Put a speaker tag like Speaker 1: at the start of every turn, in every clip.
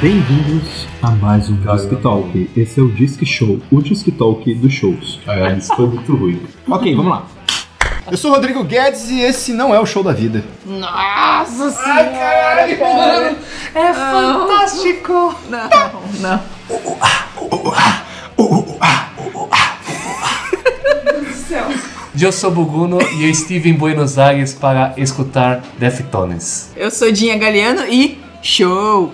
Speaker 1: Bem-vindos a mais um
Speaker 2: Cara,
Speaker 1: Disc
Speaker 2: eu não-
Speaker 1: Talk. Esse é o Disc Show, o Disc Talk dos shows.
Speaker 3: É.
Speaker 2: Ah, isso foi muito ruim.
Speaker 1: Ok, vamos lá.
Speaker 4: Eu sou o Rodrigo Guedes e esse não é o show da vida.
Speaker 5: Nossa senhora! É fantástico! Não, não.
Speaker 3: Eu sou Buguno e eu estive em Buenos Aires para escutar Deftones.
Speaker 5: Eu sou Dinha Galeano e show!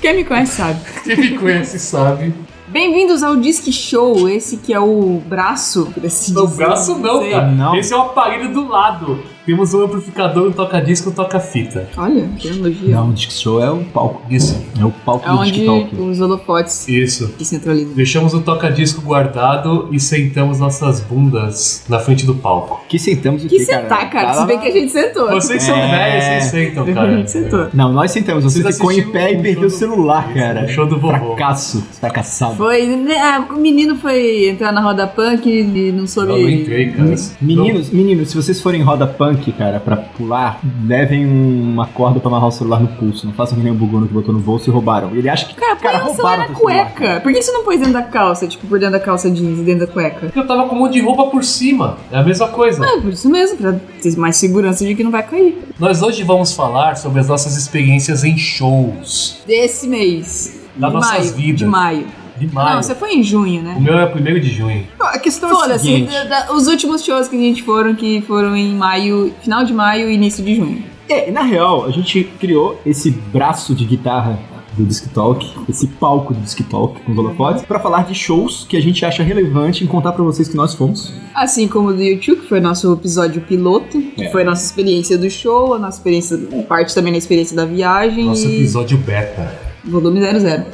Speaker 5: Quem me conhece sabe.
Speaker 3: Quem me conhece sabe.
Speaker 5: Bem-vindos ao Disque Show, esse que é o braço desse
Speaker 3: Não, braço não, cara.
Speaker 1: Não.
Speaker 3: Esse é o aparelho do lado. Temos um amplificador, um toca-disco, um toca-fita.
Speaker 5: Olha, que elogio.
Speaker 1: Não, o Disc Show é o palco.
Speaker 3: Isso.
Speaker 1: É o palco
Speaker 5: É
Speaker 1: do Disc
Speaker 5: onde
Speaker 1: Talk.
Speaker 5: os holofotes
Speaker 3: Isso.
Speaker 5: se centralizam.
Speaker 3: Deixamos o toca-disco guardado e sentamos nossas bundas na frente do palco.
Speaker 4: Que sentamos o
Speaker 5: Que
Speaker 4: quê,
Speaker 5: sentar, cara.
Speaker 4: Lá,
Speaker 5: Se
Speaker 4: lá,
Speaker 5: bem
Speaker 4: lá.
Speaker 5: que a gente sentou.
Speaker 3: Vocês são
Speaker 4: É.
Speaker 3: velhos, vocês sentam,
Speaker 5: Bem que a
Speaker 3: cara.
Speaker 5: gente sentou.
Speaker 4: Não, nós sentamos. Você
Speaker 3: Vocês
Speaker 4: ficou em
Speaker 3: assistiram
Speaker 4: pé
Speaker 3: o
Speaker 4: e perdeu o
Speaker 3: show do-
Speaker 4: celular, cara.
Speaker 3: o É, show do vovô.
Speaker 4: Fracasso. Fracassado.
Speaker 5: Foi. né, ah, o menino foi entrar na roda punk e não soube.
Speaker 3: Eu não entrei, cara.
Speaker 4: Meninos, meninos, se vocês forem em roda punk, cara, pra pular, levem um- uma corda pra amarrar o celular no pulso. Não façam que nem o Bugono que botou no bolso e roubaram. Ele acha que.
Speaker 5: Cara, põe o celular
Speaker 4: roubaram
Speaker 5: na
Speaker 4: teu celular, cara.
Speaker 5: cueca. Por que você não pôs dentro da calça? Tipo, por dentro da calça jeans e dentro da cueca?
Speaker 3: Eu tava com um monte de roupa por cima. É a mesma coisa.
Speaker 5: É, por isso mesmo, pra ter mais segurança de que não vai cair.
Speaker 3: Nós hoje vamos falar sobre as nossas experiências em shows.
Speaker 5: Desse mês.
Speaker 3: Das
Speaker 5: de
Speaker 3: nossas
Speaker 5: maio,
Speaker 3: vidas.
Speaker 5: De maio.
Speaker 3: De
Speaker 5: Não,
Speaker 3: maio.
Speaker 5: você foi em junho, né?
Speaker 3: O meu é 1 de junho.
Speaker 4: A questão é a
Speaker 5: Foda-se,
Speaker 4: seguinte.
Speaker 5: da- da- os últimos shows que a gente foram, que foram em maio, final de maio e início de junho.
Speaker 4: É, na real, a gente criou esse braço de guitarra do Disc Talk, esse palco do Disc Talk com os holofotes, pra falar de shows que a gente acha relevante e contar pra vocês que nós fomos.
Speaker 5: Assim como o do YouTube, que foi nosso episódio piloto, que
Speaker 4: É.
Speaker 5: foi a nossa experiência do show, a nossa experiência, um parte também da experiência da viagem
Speaker 3: Nosso
Speaker 5: e
Speaker 3: episódio beta.
Speaker 5: volume 00.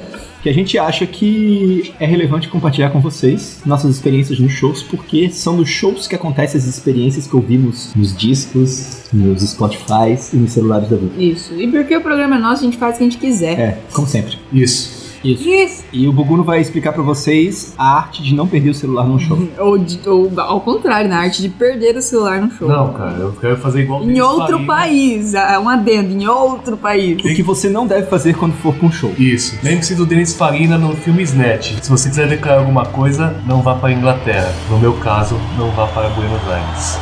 Speaker 4: Que a gente acha que é relevante compartilhar com vocês nossas experiências nos shows, porque são nos shows que acontecem as experiências que ouvimos nos discos, nos Spotifys e nos celulares da vida.
Speaker 5: Isso. E porque o programa é nosso, a gente faz o que a gente quiser.
Speaker 4: É, como sempre.
Speaker 3: Isso.
Speaker 5: Isso.
Speaker 4: E o Buguno vai explicar pra vocês a arte de não perder o celular num show.
Speaker 5: Ou, de- ou ao contrário, na arte de perder o celular no show.
Speaker 3: Não, cara, eu quero fazer igual
Speaker 5: Em
Speaker 3: eles
Speaker 5: outro
Speaker 4: né?
Speaker 3: fariam.
Speaker 5: país, é um adendo, em outro país.
Speaker 4: O que você não deve fazer quando for pra um show.
Speaker 3: Isso. Lembre-se do Denis Farina no filme Snatch. Se você quiser declarar alguma coisa, não vá para a Inglaterra. No meu caso, não vá para Buenos Aires.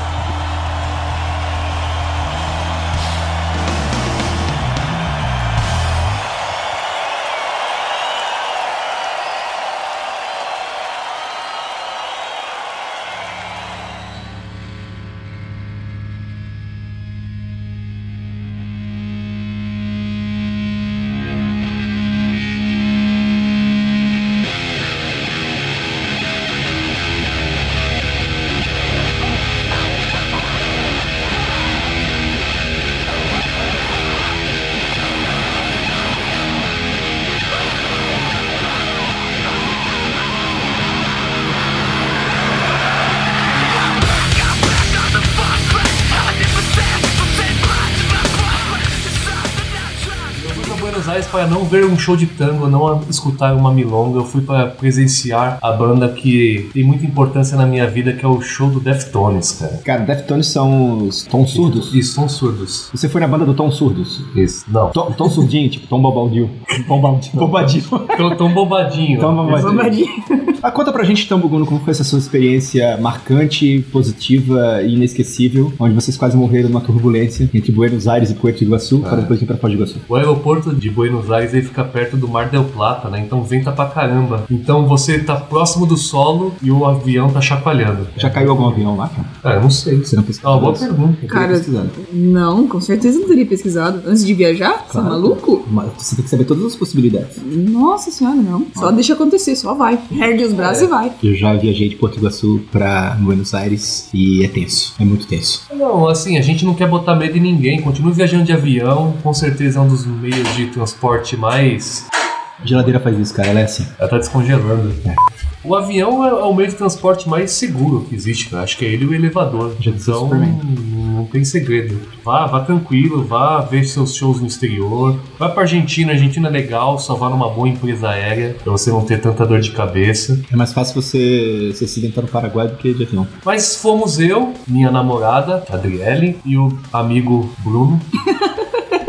Speaker 3: Eu fui para Buenos Aires para não ver um show de tango, não escutar uma milonga. Eu fui para presenciar a banda que tem muita importância na minha vida, que é o show do Deftones, cara.
Speaker 4: Cara, Deftones são os tons surdos.
Speaker 3: Isso, são surdos.
Speaker 4: Você foi na banda do Tom Surdos?
Speaker 3: Isso. Não.
Speaker 4: Tom, tom Surdinho, tipo Tom Bobaldio. Tom Bobaldio. Bobaldio.
Speaker 3: Tão, tão bobadinho.
Speaker 4: Tão bobadinho.
Speaker 5: Bombadinha.
Speaker 4: Ah, conta pra gente, Tom Buguno, como foi essa sua experiência marcante, positiva e inesquecível, onde vocês quase morreram numa turbulência entre Buenos Aires e Puerto Iguaçu,
Speaker 5: É.
Speaker 4: para depois ir pra Foz do Iguaçu.
Speaker 3: O aeroporto de Buenos Aires ele fica perto do Mar del Plata, né? Então venta pra caramba. Então você tá próximo do solo e o avião tá chacoalhando.
Speaker 4: Já caiu algum avião lá, cara?
Speaker 3: Ah, eu não sei.
Speaker 4: Você não
Speaker 3: É
Speaker 4: pesquisou?
Speaker 3: uma boa pergunta.
Speaker 5: Cara, é
Speaker 4: pesquisando.
Speaker 5: Não, com certeza não teria pesquisado. Antes de viajar? Você é
Speaker 4: Claro.
Speaker 5: maluco?
Speaker 4: Mas você tem que saber todas as possibilidades.
Speaker 5: Nossa senhora, não. Só
Speaker 4: Ah.
Speaker 5: deixa acontecer, só vai. Ergue os
Speaker 4: É,
Speaker 5: braços e vai.
Speaker 4: Eu já viajei de Porto Iguaçu pra Buenos Aires e é tenso. É muito tenso.
Speaker 3: Não, assim, a gente não quer botar medo em ninguém. Continue viajando de avião. Com certeza é um dos meios de transporte mais.
Speaker 4: Geladeira faz isso, cara. Ela é assim.
Speaker 3: Ela tá descongelando. O avião é é o meio de transporte mais seguro que existe, cara. Acho que é ele e o elevador.
Speaker 4: Já disse
Speaker 3: então,
Speaker 4: Superman.
Speaker 3: não tem segredo. Vá, vá tranquilo, vá ver seus shows no exterior. Vá pra Argentina, Argentina é legal, só vá numa boa empresa aérea, pra você não ter tanta dor de cabeça.
Speaker 4: É mais fácil você se acidentar no Paraguai do que de avião.
Speaker 3: Mas fomos eu, minha namorada, Adriele, e o amigo Bruno.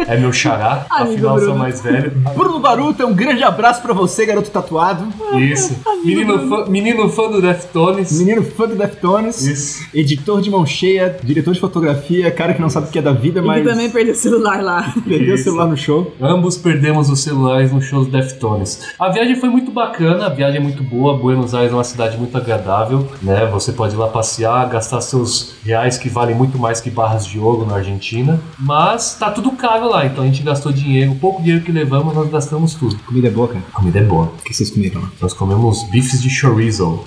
Speaker 3: É meu xará,
Speaker 5: Amigo
Speaker 3: afinal sou
Speaker 5: Bruno.
Speaker 3: mais velho.
Speaker 4: Bruno Baruta, um grande abraço pra você, garoto tatuado.
Speaker 3: Isso. Menino fã, menino fã do Deftones.
Speaker 4: Menino fã do Deftones.
Speaker 3: Isso.
Speaker 4: Editor de mão cheia, diretor de fotografia, cara que não sabe o que é da vida,
Speaker 5: Ele
Speaker 4: mas
Speaker 5: também perdeu o celular lá.
Speaker 4: perdeu o
Speaker 3: Isso.
Speaker 4: celular no show.
Speaker 3: Ambos perdemos os celulares no show do Deftones. A viagem foi muito bacana, a viagem é muito boa. Buenos Aires é uma cidade muito agradável, né? Você pode ir lá passear, gastar seus reais que valem muito mais que barras de ouro na Argentina. Mas tá tudo caro lá, então a gente gastou dinheiro, o pouco dinheiro que levamos, nós gastamos tudo.
Speaker 4: Comida é boa, cara.
Speaker 3: A comida é boa.
Speaker 4: O que vocês comeram lá?
Speaker 3: Nós comemos bifes de chorizo.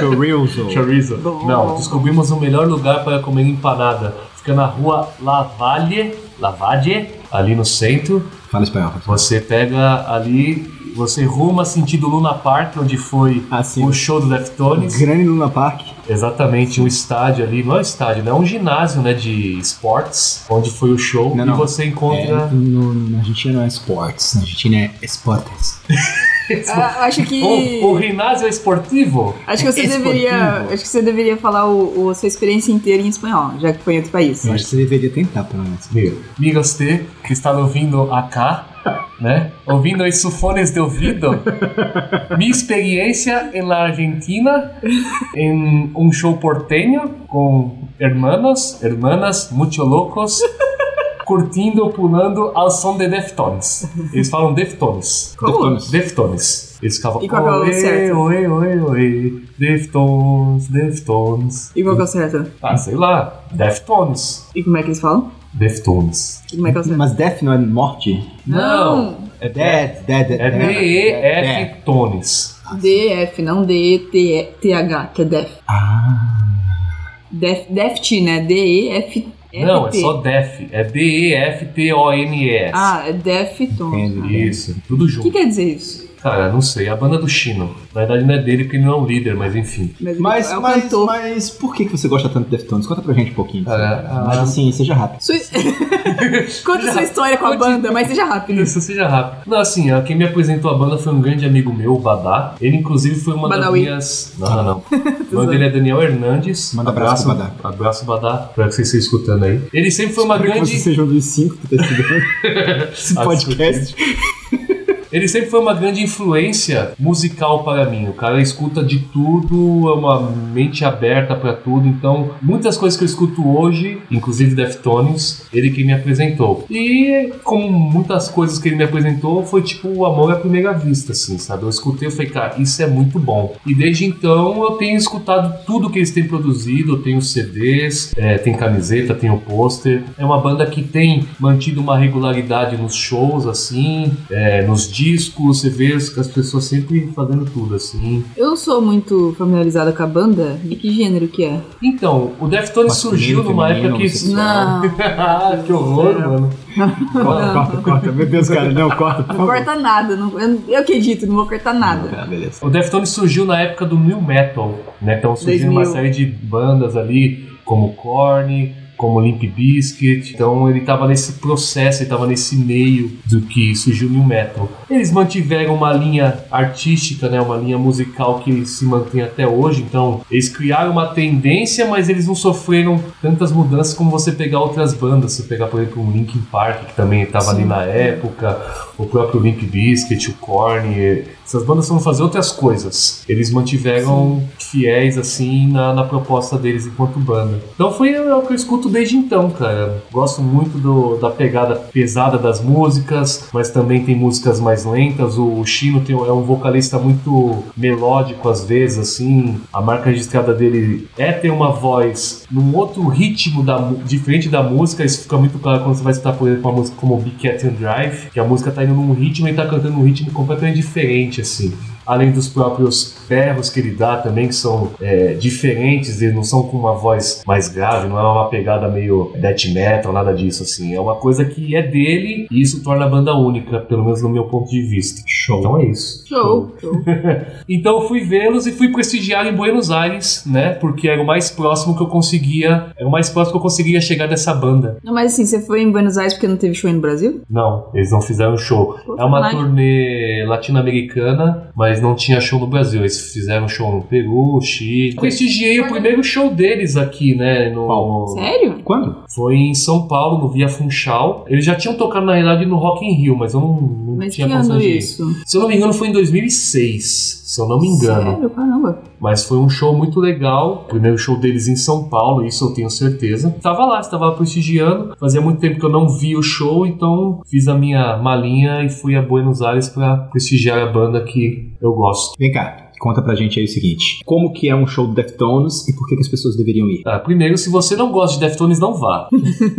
Speaker 4: Chorizo.
Speaker 3: Chorizo?
Speaker 5: Bom.
Speaker 3: Não, descobrimos o melhor lugar para comer empanada. Fica na rua Lavalle, Lavalle, ali no centro.
Speaker 4: Fala espanhol. Rafa.
Speaker 3: Você pega ali, você ruma sentido Luna Park, onde foi
Speaker 4: Ah, sim. Um
Speaker 3: o show do Deftones.
Speaker 4: Grande Luna Park.
Speaker 3: Exatamente, um estádio ali, não é um estádio, né? É um ginásio né, de esportes, onde foi o show.
Speaker 4: Não,
Speaker 3: e
Speaker 4: não.
Speaker 3: você
Speaker 4: É,
Speaker 3: encontra.
Speaker 4: no, na Argentina não é esportes, na Argentina é esportes.
Speaker 5: Ah, acho
Speaker 4: É.
Speaker 5: que.
Speaker 3: O, o ginásio é esportivo?
Speaker 5: Acho que você
Speaker 4: Esportivo.
Speaker 5: deveria. Acho que você deveria falar o, o- sua experiência inteira em espanhol, já que foi em outro país.
Speaker 4: Eu acho que você deveria tentar, pelo menos. Viu?
Speaker 3: Amigos T, que está ouvindo acá, né? Ouvindo os sufones de ouvido. Minha experiência em la Argentina, em um show porteño com hermanos, hermanas, muito loucos, curtindo, pulando ao som de Deftones. Eles falam Deftones.
Speaker 4: Deftones.
Speaker 3: Deftones. Eles ficavam...
Speaker 5: E qual que é o certo?
Speaker 3: Oê, oê, oê, Deftones, Deftones.
Speaker 5: E qual que é o certo?
Speaker 3: Ah, sei lá. Deftones.
Speaker 5: E como é que eles falam?
Speaker 3: Deftones.
Speaker 5: E como é que é o certo?
Speaker 4: Mas death não é morte?
Speaker 3: Não.
Speaker 4: É dead, dead, dead.
Speaker 3: É DEF Tones.
Speaker 5: DF, não D-E-T-H, que é DEF.
Speaker 4: Ah,
Speaker 5: DEF, DEFT, né? D-E-F.
Speaker 3: Não, é só DEF. É D-E-F-T-O-N-E-S.
Speaker 5: Ah, é Defton.
Speaker 4: entendi.
Speaker 3: Isso, tudo
Speaker 5: O
Speaker 3: junto.
Speaker 5: que quer dizer isso?
Speaker 3: Cara, não sei. A banda do Chino. Na verdade não é dele porque ele não é um líder, mas enfim.
Speaker 5: Mas, ele
Speaker 4: Mas,
Speaker 5: é o
Speaker 4: mas,
Speaker 5: cantor.
Speaker 4: mas por que que você gosta tanto de Deftones? Conta pra gente um pouquinho.
Speaker 3: Cara, a-
Speaker 4: mas assim, seja rápido.
Speaker 5: Sua... Conta sua história com a banda, mas seja rápido.
Speaker 3: Isso, seja rápido. Não, assim, ó, quem me apresentou a banda foi um grande amigo meu, o Badá. Ele, inclusive, foi uma das
Speaker 5: Badawi.
Speaker 3: minhas. Não, não, não. O nome dele é Daniel Hernandes.
Speaker 4: Manda abraço pro
Speaker 3: Badá. Abraço, Badá. Espero que vocês estejam escutando aí. Ele sempre foi uma
Speaker 4: Espero que
Speaker 3: grande.
Speaker 4: você seja um dos cinco que tá estudando esse
Speaker 3: Ah,
Speaker 4: podcast.
Speaker 3: Ele sempre foi uma grande influência musical para mim. O cara escuta de tudo, é uma mente aberta para tudo. Então, muitas coisas que eu escuto hoje, inclusive Deftones, ele que me apresentou. E como muitas coisas que ele me apresentou, foi tipo o amor à primeira vista, assim, sabe? Eu escutei e falei, cara, isso é muito bom. E desde então eu tenho escutado tudo que eles têm produzido, eu tenho CDs, é, tem camiseta, tem o pôster. É uma banda que tem mantido uma regularidade nos shows, assim, é, nos discos, você vê as as pessoas sempre fazendo tudo, assim.
Speaker 5: Eu não sou muito familiarizada com a banda. De que gênero que é?
Speaker 3: Então, o Deftones surgiu
Speaker 4: Masculino,
Speaker 3: numa
Speaker 4: feminino,
Speaker 3: época que.
Speaker 4: homossexual.
Speaker 5: Não.
Speaker 3: ah, que horror, mano.
Speaker 4: Corta, corta, corta. Meu Deus, cara, não, corta, por
Speaker 5: Não
Speaker 4: favor.
Speaker 5: corta nada. não- eu, eu que edito, não vou cortar nada.
Speaker 4: Tá, beleza.
Speaker 3: O Deftones surgiu na época do New Metal, né? Então surgiu
Speaker 5: 2000.
Speaker 3: uma série de bandas ali, como Korn, como Limp Bizkit. Então ele tava nesse processo, ele tava nesse meio do que surgiu o New Metal. Eles mantiveram uma linha artística, né? Uma linha musical que se mantém até hoje. Então eles criaram uma tendência, mas eles não sofreram tantas mudanças como você pegar outras bandas. Você pegar, por exemplo, um Linkin Park, que também tava ali na época o próprio Limp Bizkit, o Korn, e- essas bandas foram fazer outras coisas. Eles mantiveram fiéis, assim, na, na proposta deles enquanto banda. Então foi o que eu escuto desde então, cara. Gosto muito do- da pegada pesada das músicas, mas também tem músicas mais lentas. O, o Chino tem- é um vocalista muito melódico, às vezes, assim. A marca registrada dele é ter uma voz num outro ritmo da, mu- diferente da música. Isso fica muito claro quando você vai escutar, por exemplo, uma música como Big Cat and Drive, que a música tá indo num ritmo e tá cantando um ritmo completamente diferente, assim. Além dos próprios berros que ele dá também, que são é, diferentes e não são com uma voz mais grave, não é uma pegada meio death metal, nada disso, assim. É uma coisa que é dele e isso torna a banda única, pelo menos no meu ponto de vista.
Speaker 4: Show.
Speaker 3: Então é isso.
Speaker 5: Show. show.
Speaker 3: Então eu fui vê-los e fui prestigiar em Buenos Aires, né? Porque era o mais próximo que eu conseguia, era o mais próximo que eu conseguia chegar dessa banda.
Speaker 5: Não, mas assim, você foi em Buenos Aires porque não teve show aí no Brasil?
Speaker 3: Não, eles não fizeram show.
Speaker 5: Puta
Speaker 3: É uma
Speaker 5: merda.
Speaker 3: turnê latino-americana, mas mas não tinha show no Brasil. Eles fizeram show no Peru, Chile. Prestigiei o primeiro show deles aqui, né? No,
Speaker 5: Sério?
Speaker 1: Quando?
Speaker 3: foi em São Paulo, no Via Funchal. Eles já tinham tocado, na realidade, no Rock in Rio, mas eu não, não
Speaker 5: Mas que
Speaker 3: tinha
Speaker 5: ano
Speaker 3: de ir.
Speaker 5: isso?
Speaker 3: Se eu não me engano, foi em 2006, se eu não me engano.
Speaker 5: Sério? Caramba.
Speaker 3: Mas foi um show muito legal. Primeiro show deles em São Paulo, isso eu tenho certeza. Tava lá, estava prestigiando. Fazia muito tempo que eu não vi o show, então fiz a minha malinha e fui a Buenos Aires para prestigiar a banda que eu gosto.
Speaker 4: Vem cá, conta pra gente aí o seguinte: como que é um show do Deftones e por que, que as pessoas deveriam ir?
Speaker 3: Tá, primeiro, se você não gosta de Deftones, não vá.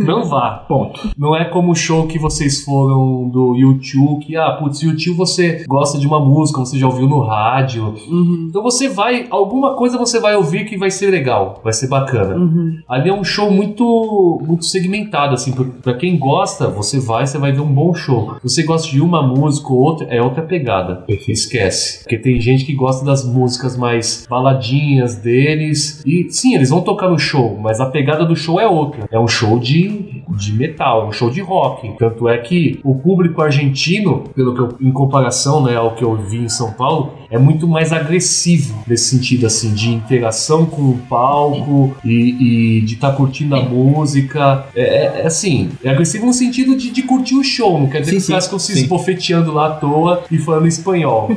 Speaker 3: não vá.
Speaker 4: Ponto.
Speaker 3: Não é como o show que vocês foram do YouTube, que, ah, putz, YouTube você gosta de uma música, você já ouviu no rádio.
Speaker 5: Uhum.
Speaker 3: Então você vai, alguma coisa você vai ouvir que vai ser legal, vai ser bacana.
Speaker 5: Uhum.
Speaker 3: Ali é um show muito muito segmentado, assim, pra- pra quem gosta, você vai, você vai ver um bom show. Se você gosta de uma música ou outra, é outra pegada.
Speaker 4: Perfeito.
Speaker 3: Esquece. Porque tem gente que gosta das músicas mais baladinhas deles. E sim, eles vão tocar no show, mas a pegada do show é outra. É um show de, de metal, é um show de rock. Tanto é que o público argentino, pelo que eu, em comparação né, ao que eu vi em São Paulo, é muito mais agressivo nesse sentido, assim, de interação com o palco e, e de estar curtindo a música. É, é- é assim, é agressivo no sentido de, de curtir o show, não quer dizer
Speaker 4: Sim,
Speaker 3: que os
Speaker 4: sim,
Speaker 3: caras ficam se
Speaker 4: sim.
Speaker 3: esbofeteando lá à toa e falando espanhol.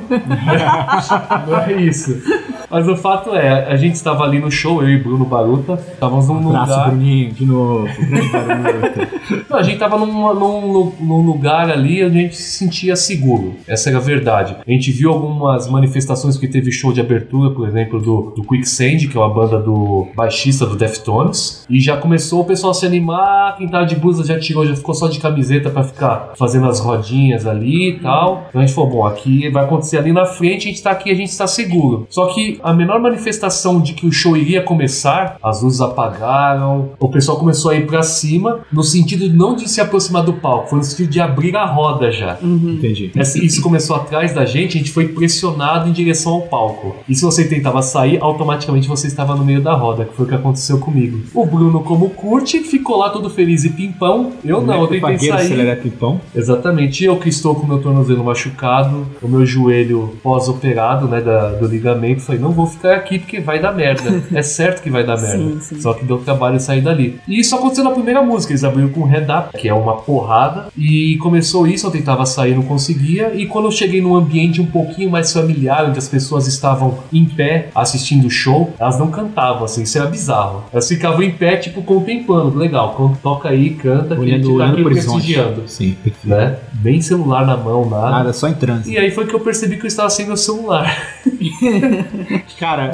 Speaker 3: não é isso. Mas o fato é, a gente estava ali no show, eu e Bruno Baruta, estávamos num
Speaker 4: Abraço,
Speaker 3: lugar.
Speaker 4: Bruninho, de novo. Grande barulho.
Speaker 3: Não, a gente tava numa- num, lu- num lugar ali onde a gente se sentia seguro. Essa era a verdade. A gente viu algumas manifestações que teve show de abertura, por exemplo, do, do Quicksand, que é uma banda do baixista do Deftones. E já começou o pessoal a se animar, quem tava de blusa já tirou, já ficou só de camiseta pra ficar fazendo as rodinhas ali e tal. Então a gente falou, bom, aqui vai acontecer ali na frente, a gente tá aqui, a gente tá seguro. Só que a menor manifestação de que o show iria começar, as luzes apagaram, o pessoal começou a ir pra cima, no sentido não de se aproximar do palco, foi no sentido de abrir a roda já.
Speaker 5: Uhum.
Speaker 4: Entendi.
Speaker 3: Essa- Isso começou atrás da gente, a gente foi pressionado em direção ao palco. E se você tentava sair, automaticamente você estava no meio da roda, que foi o que aconteceu comigo. O Bruno, como curte, ficou lá todo feliz e pimpão. Eu
Speaker 4: é
Speaker 3: não, eu tentei
Speaker 4: Pagueiro,
Speaker 3: sair.
Speaker 4: acelerado, pipão.
Speaker 3: Exatamente. Eu que estou com meu tornozelo machucado, o meu joelho pós-operado, né, da- do ligamento, falei, não vou ficar aqui porque vai dar merda. é certo que vai dar merda.
Speaker 5: Sim, sim.
Speaker 3: Só que deu trabalho sair dali. E isso aconteceu na primeira música. Eles abriram com Head Up, que é uma porrada. E começou isso, eu tentava sair, não conseguia. E quando eu cheguei num ambiente um pouquinho mais familiar, onde as pessoas estavam em pé assistindo o show, elas não cantavam, assim, isso era bizarro. Elas ficavam em pé, tipo, contemplando. Legal, quando toca aí, canta, que a
Speaker 4: Olhando,
Speaker 3: gente tá
Speaker 4: olhando
Speaker 3: aqui
Speaker 4: pro horizonte.
Speaker 3: prestigiando
Speaker 4: Sim, perfeito.
Speaker 3: né? Nem celular na mão, nada.
Speaker 4: Nada, só em trânsito.
Speaker 3: E aí foi que eu percebi que eu estava sem meu celular.
Speaker 4: Cara,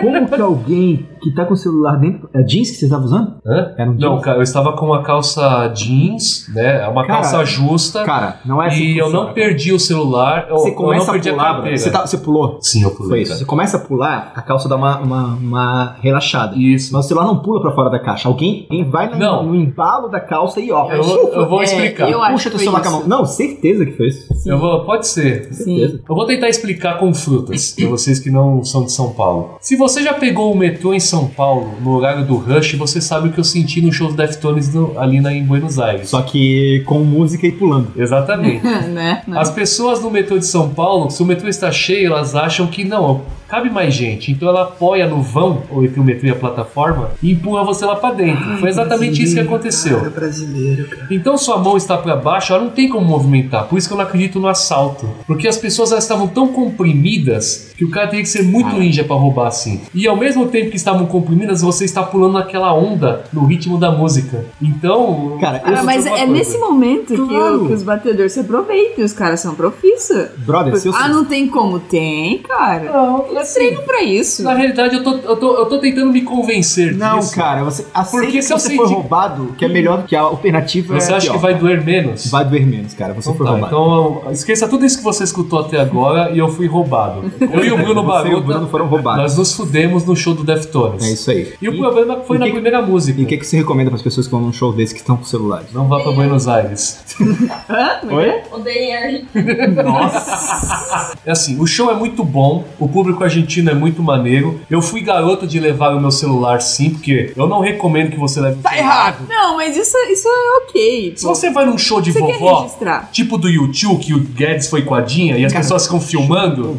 Speaker 4: como que alguém que tá com o celular dentro. É jeans que você tava usando?
Speaker 3: Hã?
Speaker 4: Era um jeans?
Speaker 3: Não, cara, eu estava com uma calça jeans, né? Uma
Speaker 4: Cara,
Speaker 3: calça justa.
Speaker 4: Cara, não é assim.
Speaker 3: e
Speaker 4: que
Speaker 3: eu
Speaker 4: funciona, cara.
Speaker 3: não perdi o celular. Eu,
Speaker 4: Você
Speaker 3: eu
Speaker 4: começa
Speaker 3: não perdi
Speaker 4: a
Speaker 3: a,
Speaker 4: pular,
Speaker 3: carteira.
Speaker 4: você, tá- você pulou.
Speaker 3: Sim, eu
Speaker 4: Foi
Speaker 3: pulei.
Speaker 4: isso.
Speaker 3: cara.
Speaker 4: Você começa a pular, a calça dá uma, uma, uma relaxada.
Speaker 3: Isso.
Speaker 4: Mas o celular não pula pra fora da caixa. Alguém, alguém vai na-
Speaker 3: Não.
Speaker 4: no embalo da calça e ó.
Speaker 3: Eu, vou- eu vou
Speaker 5: É,
Speaker 3: explicar.
Speaker 5: eu acho
Speaker 4: puxa
Speaker 5: que
Speaker 4: teu
Speaker 5: foi
Speaker 4: celular com a
Speaker 5: isso.
Speaker 4: mão. Não, certeza que foi isso.
Speaker 3: Eu vou, pode ser.
Speaker 5: Sim.
Speaker 3: Eu vou tentar explicar com frutas, pra vocês que não são de São Paulo. Se você já pegou o metrô em São Paulo, no horário do rush, você sabe o que eu senti no show do Deftones no- ali na, em Buenos Aires.
Speaker 4: Só que com música e pulando.
Speaker 3: Exatamente.
Speaker 5: né? Né?
Speaker 3: As pessoas no metrô de São Paulo, se o metrô está cheio, elas acham que não, cabe mais gente. Então ela apoia no vão ou entre o metrô e a plataforma e empurra você lá pra dentro. Foi exatamente isso que
Speaker 5: Ah, é
Speaker 3: aconteceu.
Speaker 4: brasileiro, cara.
Speaker 3: Então sua mão está pra baixo, ela não tem como movimentar. Por isso que eu não acredito no assalto. Porque as pessoas elas estavam tão comprimidas que o cara teria que ser
Speaker 5: Ah.
Speaker 3: muito ninja pra roubar assim. E ao mesmo tempo que estavam comprimidas, você está pulando naquela onda no ritmo da música. Então.
Speaker 4: Cara,
Speaker 3: isso
Speaker 5: Cara, mas
Speaker 3: foi uma
Speaker 5: é
Speaker 3: coisa.
Speaker 5: nesse momento que,
Speaker 4: Claro.
Speaker 5: o- que os batedores se aproveitam, os caras são profissa.
Speaker 3: É,
Speaker 4: Brother, se eu
Speaker 5: Ah, não tem como? Tem, cara.
Speaker 3: Não,
Speaker 5: Eles
Speaker 3: assim,
Speaker 5: treinam pra isso.
Speaker 3: Na realidade, eu tô, eu tô, eu tô tentando me convencer
Speaker 4: Não,
Speaker 3: disso.
Speaker 4: cara, você aceita
Speaker 3: Porque
Speaker 4: que
Speaker 3: se eu
Speaker 4: você foi
Speaker 3: senti-
Speaker 4: roubado, que é melhor do que a alternativa.
Speaker 3: Você
Speaker 4: é
Speaker 3: acha que
Speaker 4: pior.
Speaker 3: vai doer menos?
Speaker 4: Vai doer menos, cara. Você
Speaker 3: Então,
Speaker 4: foi
Speaker 3: tá,
Speaker 4: roubado.
Speaker 3: então, esqueça tudo isso que você escutou até agora e eu fui roubado. Eu e o Bruno
Speaker 4: É, você e o Bruno
Speaker 3: Baruta,
Speaker 4: foram roubados.
Speaker 3: nós nos fudemos no show do Deftones.
Speaker 4: É isso aí.
Speaker 3: tá? E o problema foi
Speaker 4: e
Speaker 3: na
Speaker 4: que-
Speaker 3: primeira música.
Speaker 4: E o que, que você recomenda para as pessoas que vão num show desse que estão com celular?
Speaker 3: Não vá pra Buenos Aires.
Speaker 4: Oi?
Speaker 2: Odeiem a gente.
Speaker 4: Nossa!
Speaker 3: É assim, o show é muito bom, o público argentino é muito maneiro. Eu fui garoto de levar o meu celular sim, porque eu não recomendo que você leve um
Speaker 4: Tá
Speaker 3: celular.
Speaker 4: errado!
Speaker 5: Não, mas isso, isso é ok.
Speaker 3: Se
Speaker 5: pô.
Speaker 3: você vai num show de
Speaker 5: Você quer
Speaker 3: vovó,
Speaker 5: registrar?
Speaker 3: tipo do YouTube, que o Guedes foi com a Dinha e as
Speaker 4: Cara,
Speaker 3: pessoas ficam filmando,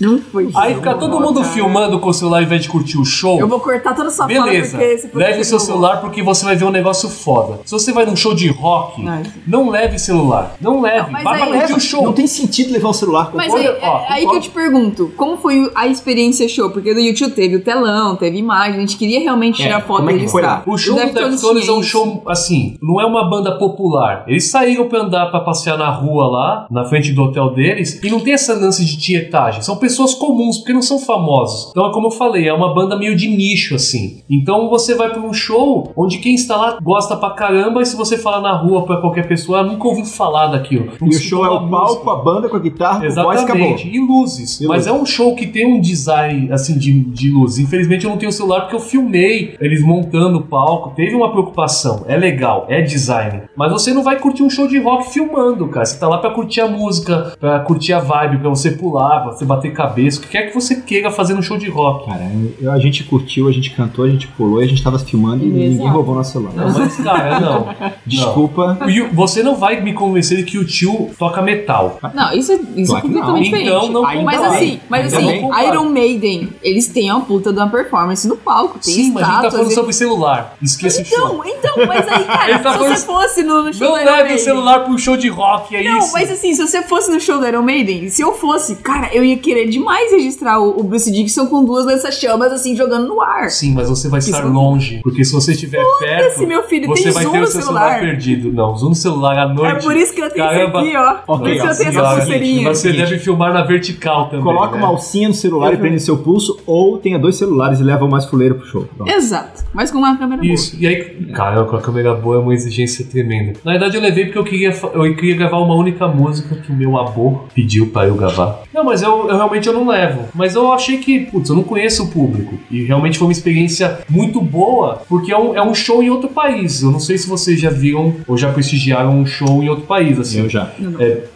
Speaker 5: Não foi
Speaker 3: aí
Speaker 5: isso,
Speaker 3: fica todo
Speaker 5: vovó,
Speaker 3: mundo
Speaker 5: cara.
Speaker 3: filmando com o celular ao invés de curtir o show.
Speaker 5: Eu vou cortar toda a sua
Speaker 3: Beleza,
Speaker 5: fala porque esse
Speaker 3: leve o seu
Speaker 5: vovó.
Speaker 3: celular porque você vai ver um negócio foda. Se você vai num show de rock,
Speaker 5: Não.
Speaker 3: não leve celular. Não leve,
Speaker 5: mas
Speaker 3: vai pra
Speaker 5: aí-
Speaker 3: curtir o
Speaker 4: Não
Speaker 3: show.
Speaker 4: tem sentido levar o celular com
Speaker 5: Mas
Speaker 3: Olha,
Speaker 5: aí,
Speaker 3: ó,
Speaker 5: é- aí que eu te pergunto, como foi a experiência show? Porque no YouTube teve o telão, teve imagem, a gente queria realmente
Speaker 4: É,
Speaker 5: tirar foto
Speaker 4: como é
Speaker 5: e
Speaker 4: que foi?
Speaker 5: registrar.
Speaker 3: O show do Deftones é um show, assim, não é uma banda popular. Eles saíram pra andar, pra passear na rua lá, na frente do hotel deles, e não tem essa lance de tietagem. São pessoas comuns, porque não são famosos. Então é como eu falei, é uma banda meio de nicho, assim. Então você vai pra um show onde quem está lá gosta pra caramba, e se você falar na rua pra qualquer pessoa, "Ah, nunca ouviu falar daquilo. Não
Speaker 4: E o
Speaker 3: escutou
Speaker 4: show é
Speaker 3: a
Speaker 4: o palco,
Speaker 3: música.
Speaker 4: a banda com a guitarra, com a voz, acabou.
Speaker 3: Exatamente, e luzes.
Speaker 4: E
Speaker 3: Mas
Speaker 4: luzes.
Speaker 3: é um show que tem um design assim de, de luz. Infelizmente eu não tenho celular porque eu filmei eles montando o palco. Teve uma preocupação. É legal, é design. Mas você não vai curtir um show de rock filmando, cara. Você tá lá pra curtir a música, pra curtir a vibe, pra você pular, pra você bater cabeça, o que quer que você queira fazer no show de rock.
Speaker 4: Cara, eu- a gente curtiu, a gente cantou, a gente pulou e a gente tava filmando e ninguém
Speaker 5: Exato.
Speaker 4: roubou nosso celular.
Speaker 3: Não, mas cara, não.
Speaker 4: Desculpa.
Speaker 3: E o- Você não vai me convencer de que o tio toca metal.
Speaker 5: Não, isso é,
Speaker 4: Claro
Speaker 5: isso é
Speaker 4: que não.
Speaker 5: completamente diferente.
Speaker 3: Então não
Speaker 4: Ainda
Speaker 5: mas
Speaker 4: bem.
Speaker 5: assim, mas
Speaker 3: Ainda
Speaker 5: assim,
Speaker 3: bem compara.
Speaker 5: Iron Maiden, eles têm uma puta de uma performance no palco, tem
Speaker 3: Sim, mas a gente tá
Speaker 5: estátuas.
Speaker 3: falando
Speaker 5: e-
Speaker 3: sobre celular. Esqueça o show.
Speaker 5: Então, então, mas aí, cara,
Speaker 3: Ele tá
Speaker 5: se
Speaker 3: falando-
Speaker 5: você fosse no show
Speaker 3: Não
Speaker 5: do Iron
Speaker 3: leve o
Speaker 5: Maiden...
Speaker 3: celular pro show de rock, é
Speaker 5: Não,
Speaker 3: isso.
Speaker 5: mas assim, se você fosse no show do Iron Maiden, se eu fosse, cara, eu ia querer demais registrar o, o Bruce Dickinson com duas dessas chamas, assim, jogando no ar.
Speaker 3: Sim, mas você vai estar
Speaker 5: Isso.
Speaker 3: longe. Porque se você estiver perto,
Speaker 5: Esse meu filho
Speaker 3: você
Speaker 5: tem
Speaker 3: vai
Speaker 5: zoom
Speaker 3: ter o
Speaker 5: no
Speaker 3: seu celular.
Speaker 5: celular.
Speaker 3: perdido. Não, zoom no celular à
Speaker 5: é
Speaker 3: noite.
Speaker 5: por isso que eu tenho
Speaker 3: Caramba.
Speaker 5: isso aqui, ó. Por
Speaker 4: Ok,
Speaker 5: isso que eu tenho
Speaker 3: Senhora,
Speaker 5: essa pulseirinha.
Speaker 3: Você
Speaker 4: Seguinte.
Speaker 3: deve filmar na vertical também.
Speaker 4: Coloca
Speaker 3: né?
Speaker 4: uma alcinha no celular e prende no seu pulso, ou tenha dois celulares e leva o mais fuleiro pro show. Pronto.
Speaker 5: Exato. Mas com uma câmera boa.
Speaker 3: Isso, e aí, cara, com a câmera boa é uma exigência tremenda. Na verdade, eu levei porque eu queria, fa- eu queria gravar uma única música que o meu avô pediu pra eu gravar. Não, mas eu, eu realmente eu não levo. Mas eu achei que, putz, eu não conheço o público. E realmente foi uma experiência muito boa, porque é um, é um show em outro país. Eu não sei se vocês já viram ou já prestigiaram um show em outro país, assim.
Speaker 4: Eu já.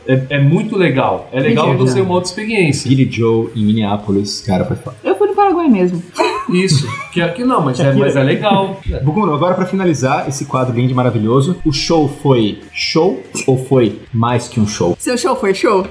Speaker 3: É, é muito legal. É legal
Speaker 5: Entendi,
Speaker 3: você
Speaker 5: né?
Speaker 3: uma outra experiência.
Speaker 4: Billy Joe em Minneapolis, cara, foi foda.
Speaker 5: Eu fui no Paraguai mesmo.
Speaker 3: Isso. Que aqui não, mas é, mas é legal.
Speaker 4: Buguno, agora pra finalizar esse quadro lindo e maravilhoso, o show foi show ou foi mais que um show?
Speaker 5: Seu show foi show?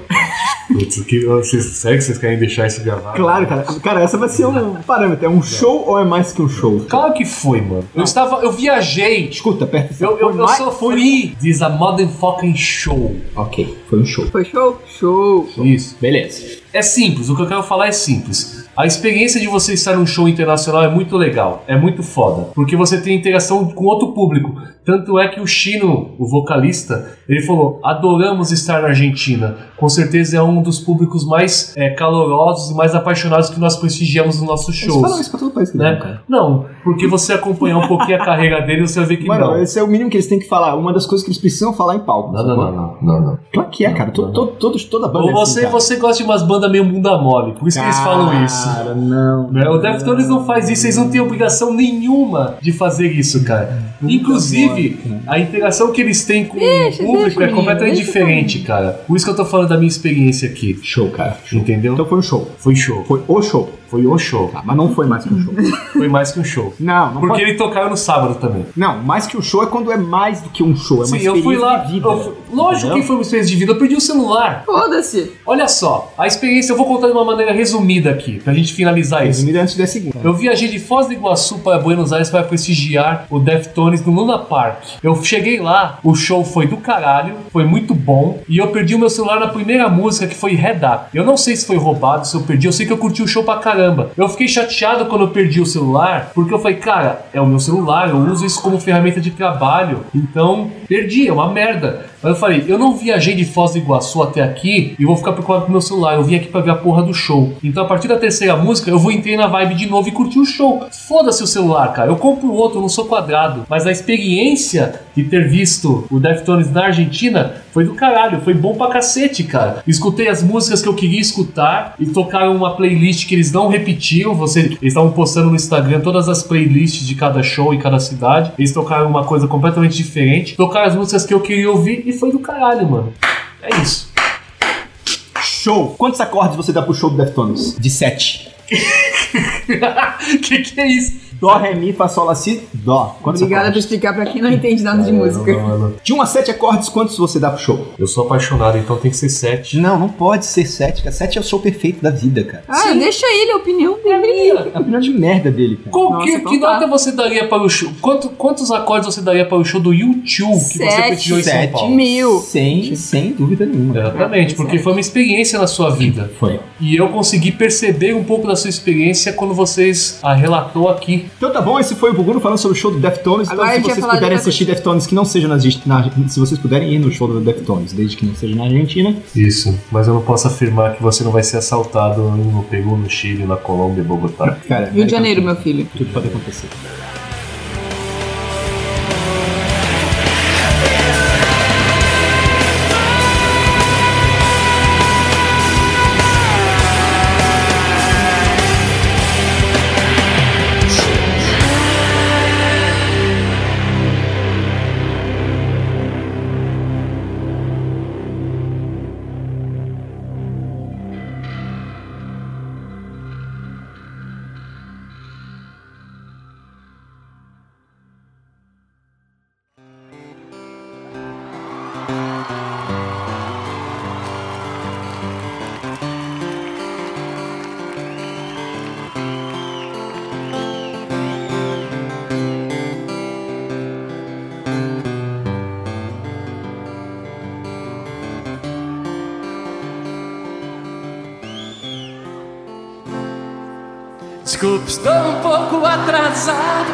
Speaker 3: Putz, que, vocês, sério que vocês querem deixar isso gravado?
Speaker 4: Claro, cara. Cara, essa vai ser um parâmetro. É um show ou é mais que um show?
Speaker 3: Claro que foi, mano. Eu estava. Eu viajei. tipo,
Speaker 4: Escuta, perto
Speaker 3: Eu, eu,
Speaker 4: Foi
Speaker 3: eu
Speaker 4: mais-
Speaker 3: sofri. Diz a motherfucking show.
Speaker 4: Ok, foi um show.
Speaker 5: Foi show? Show.
Speaker 3: Isso.
Speaker 4: Beleza.
Speaker 3: É simples, o que eu quero falar é simples. A experiência de você estar num show internacional é muito legal, é muito foda, porque você tem interação com outro público. Tanto é que o Chino, o vocalista, ele falou: adoramos estar na Argentina. Com certeza é um dos públicos mais eh, calorosos e mais apaixonados que nós prestigiamos nos nossos
Speaker 4: Eles falam
Speaker 3: shows.
Speaker 4: isso pra todo país,
Speaker 3: Né?
Speaker 4: né, cara?
Speaker 3: Não, porque você acompanhar um pouquinho a carreira dele, você vai ver que
Speaker 4: Mano,
Speaker 3: não.
Speaker 4: esse é o mínimo que eles têm que falar. Uma das coisas que eles precisam falar em palco.
Speaker 3: Não, não,
Speaker 4: sacou?
Speaker 3: não, não, não, não.
Speaker 4: Claro que é, cara.
Speaker 3: Não,
Speaker 4: Todo,
Speaker 3: não.
Speaker 4: todo, todos- toda banda
Speaker 3: Ou
Speaker 4: é assim,
Speaker 3: você,
Speaker 4: cara.
Speaker 3: você gosta de umas bandas meio bunda mole, por isso que eles falam isso.
Speaker 4: Cara, não.
Speaker 3: Né? O Deftones não faz isso, eles não têm obrigação nenhuma de fazer isso,
Speaker 4: Hum,
Speaker 3: cara. Inclusive, a interação que eles têm com
Speaker 5: Deixa,
Speaker 3: o público
Speaker 5: deixa,
Speaker 3: é completamente
Speaker 5: menino, deixa
Speaker 3: diferente, cara. Por isso que eu tô falando da minha experiência aqui,
Speaker 4: Show, cara.
Speaker 3: entendeu?
Speaker 4: Então foi um show.
Speaker 3: foi show.
Speaker 4: Foi o show.
Speaker 3: Foi o show.
Speaker 4: Tá, mas não foi mais que um show.
Speaker 3: Foi mais que um show.
Speaker 4: Não, não
Speaker 3: Porque
Speaker 4: pode-
Speaker 3: ele tocaram no sábado também.
Speaker 4: Não, mais que um show é quando é mais do que um show. É uma
Speaker 3: Sim, eu fui lá.
Speaker 4: experiência de vida.
Speaker 3: eu fui- lógico
Speaker 4: Entendeu?
Speaker 3: que foi uma experiência de vida. Eu perdi o celular.
Speaker 5: Foda-se.
Speaker 3: Olha só, a experiência eu vou contar de uma maneira resumida aqui, pra gente finalizar isso.
Speaker 4: Resumida é antes da segunda.
Speaker 3: Eu viajei de Foz do Iguaçu para Buenos Aires para prestigiar o Deftones no Luna Park. Eu cheguei lá, o show foi do caralho, foi muito bom, e eu perdi o meu celular na primeira música que foi Head Up. Eu não sei se foi roubado, se eu perdi, eu sei que eu curti o show pra caramba. Eu fiquei chateado quando eu perdi o celular, porque eu falei, cara, é o meu celular, eu uso isso como ferramenta de trabalho, então perdi, é uma merda. Mas eu falei, eu não viajei de Foz do Iguaçu até aqui e vou ficar preocupado com o meu celular. Eu vim aqui pra ver a porra do show. Então a partir da terceira música eu vou entrar na vibe de novo e curtir o show. Foda-se o celular, cara. Eu compro outro, eu não sou quadrado. Mas a experiência de ter visto o Deftones na Argentina foi do caralho. Foi bom pra cacete, cara. Escutei as músicas que eu queria escutar e tocaram uma playlist que eles não repetiam. Você, eles estavam postando no Instagram todas as playlists de cada show em cada cidade. Eles tocaram uma coisa completamente diferente. Tocaram as músicas que eu queria ouvir e foi do caralho, mano. É isso.
Speaker 4: Show! Quantos acordes você dá pro show do Deftones? De 7.
Speaker 3: que que é isso?
Speaker 4: Dó, Ré, Mi, Fá, Sol, Lá, Si, Dó. Quantos
Speaker 5: Obrigada por
Speaker 4: acordes?
Speaker 5: explicar pra quem não entende nada de música.
Speaker 3: É, Não, não, não.
Speaker 4: De 1 a 7 acordes, quantos você dá pro show?
Speaker 3: Eu sou apaixonado, então tem que ser sete.
Speaker 4: Não, não pode ser 7, cara. 7 é o show perfeito da vida, cara.
Speaker 5: Ah, deixa ele, a opinião dele.
Speaker 4: É a opinião de merda dele, cara.
Speaker 3: Qual
Speaker 5: Nossa,
Speaker 3: que,
Speaker 5: então
Speaker 3: que
Speaker 5: tá.
Speaker 3: nota você daria para o show? Quanto- quantos acordes você daria para o show do YouTube que você
Speaker 5: Sete.
Speaker 3: prestigiou em São
Speaker 4: Sete.
Speaker 3: Paulo?
Speaker 5: Mil.
Speaker 4: Sem, sem dúvida nenhuma.
Speaker 3: Exatamente, porque foi uma experiência na sua vida.
Speaker 4: Foi.
Speaker 3: E eu consegui perceber um pouco da sua experiência quando vocês a relatou aqui.
Speaker 4: Então tá bom, esse foi o Buguno falando sobre o show do Deftones. Então,
Speaker 5: Agora a
Speaker 4: se
Speaker 5: gente vai
Speaker 4: vocês
Speaker 5: falar de
Speaker 4: puderem
Speaker 5: outra
Speaker 4: assistir Deftones que não seja na, na- se vocês puderem ir no show do Deftones, desde que não seja na Argentina.
Speaker 3: Isso, mas eu não posso afirmar que você não vai ser assaltado no Peru, no Chile, na Colômbia, em Bogotá.
Speaker 4: Cara,
Speaker 5: Rio de Janeiro, meu filho.
Speaker 4: Tudo pode acontecer.
Speaker 2: Desculpe, estou um pouco atrasado,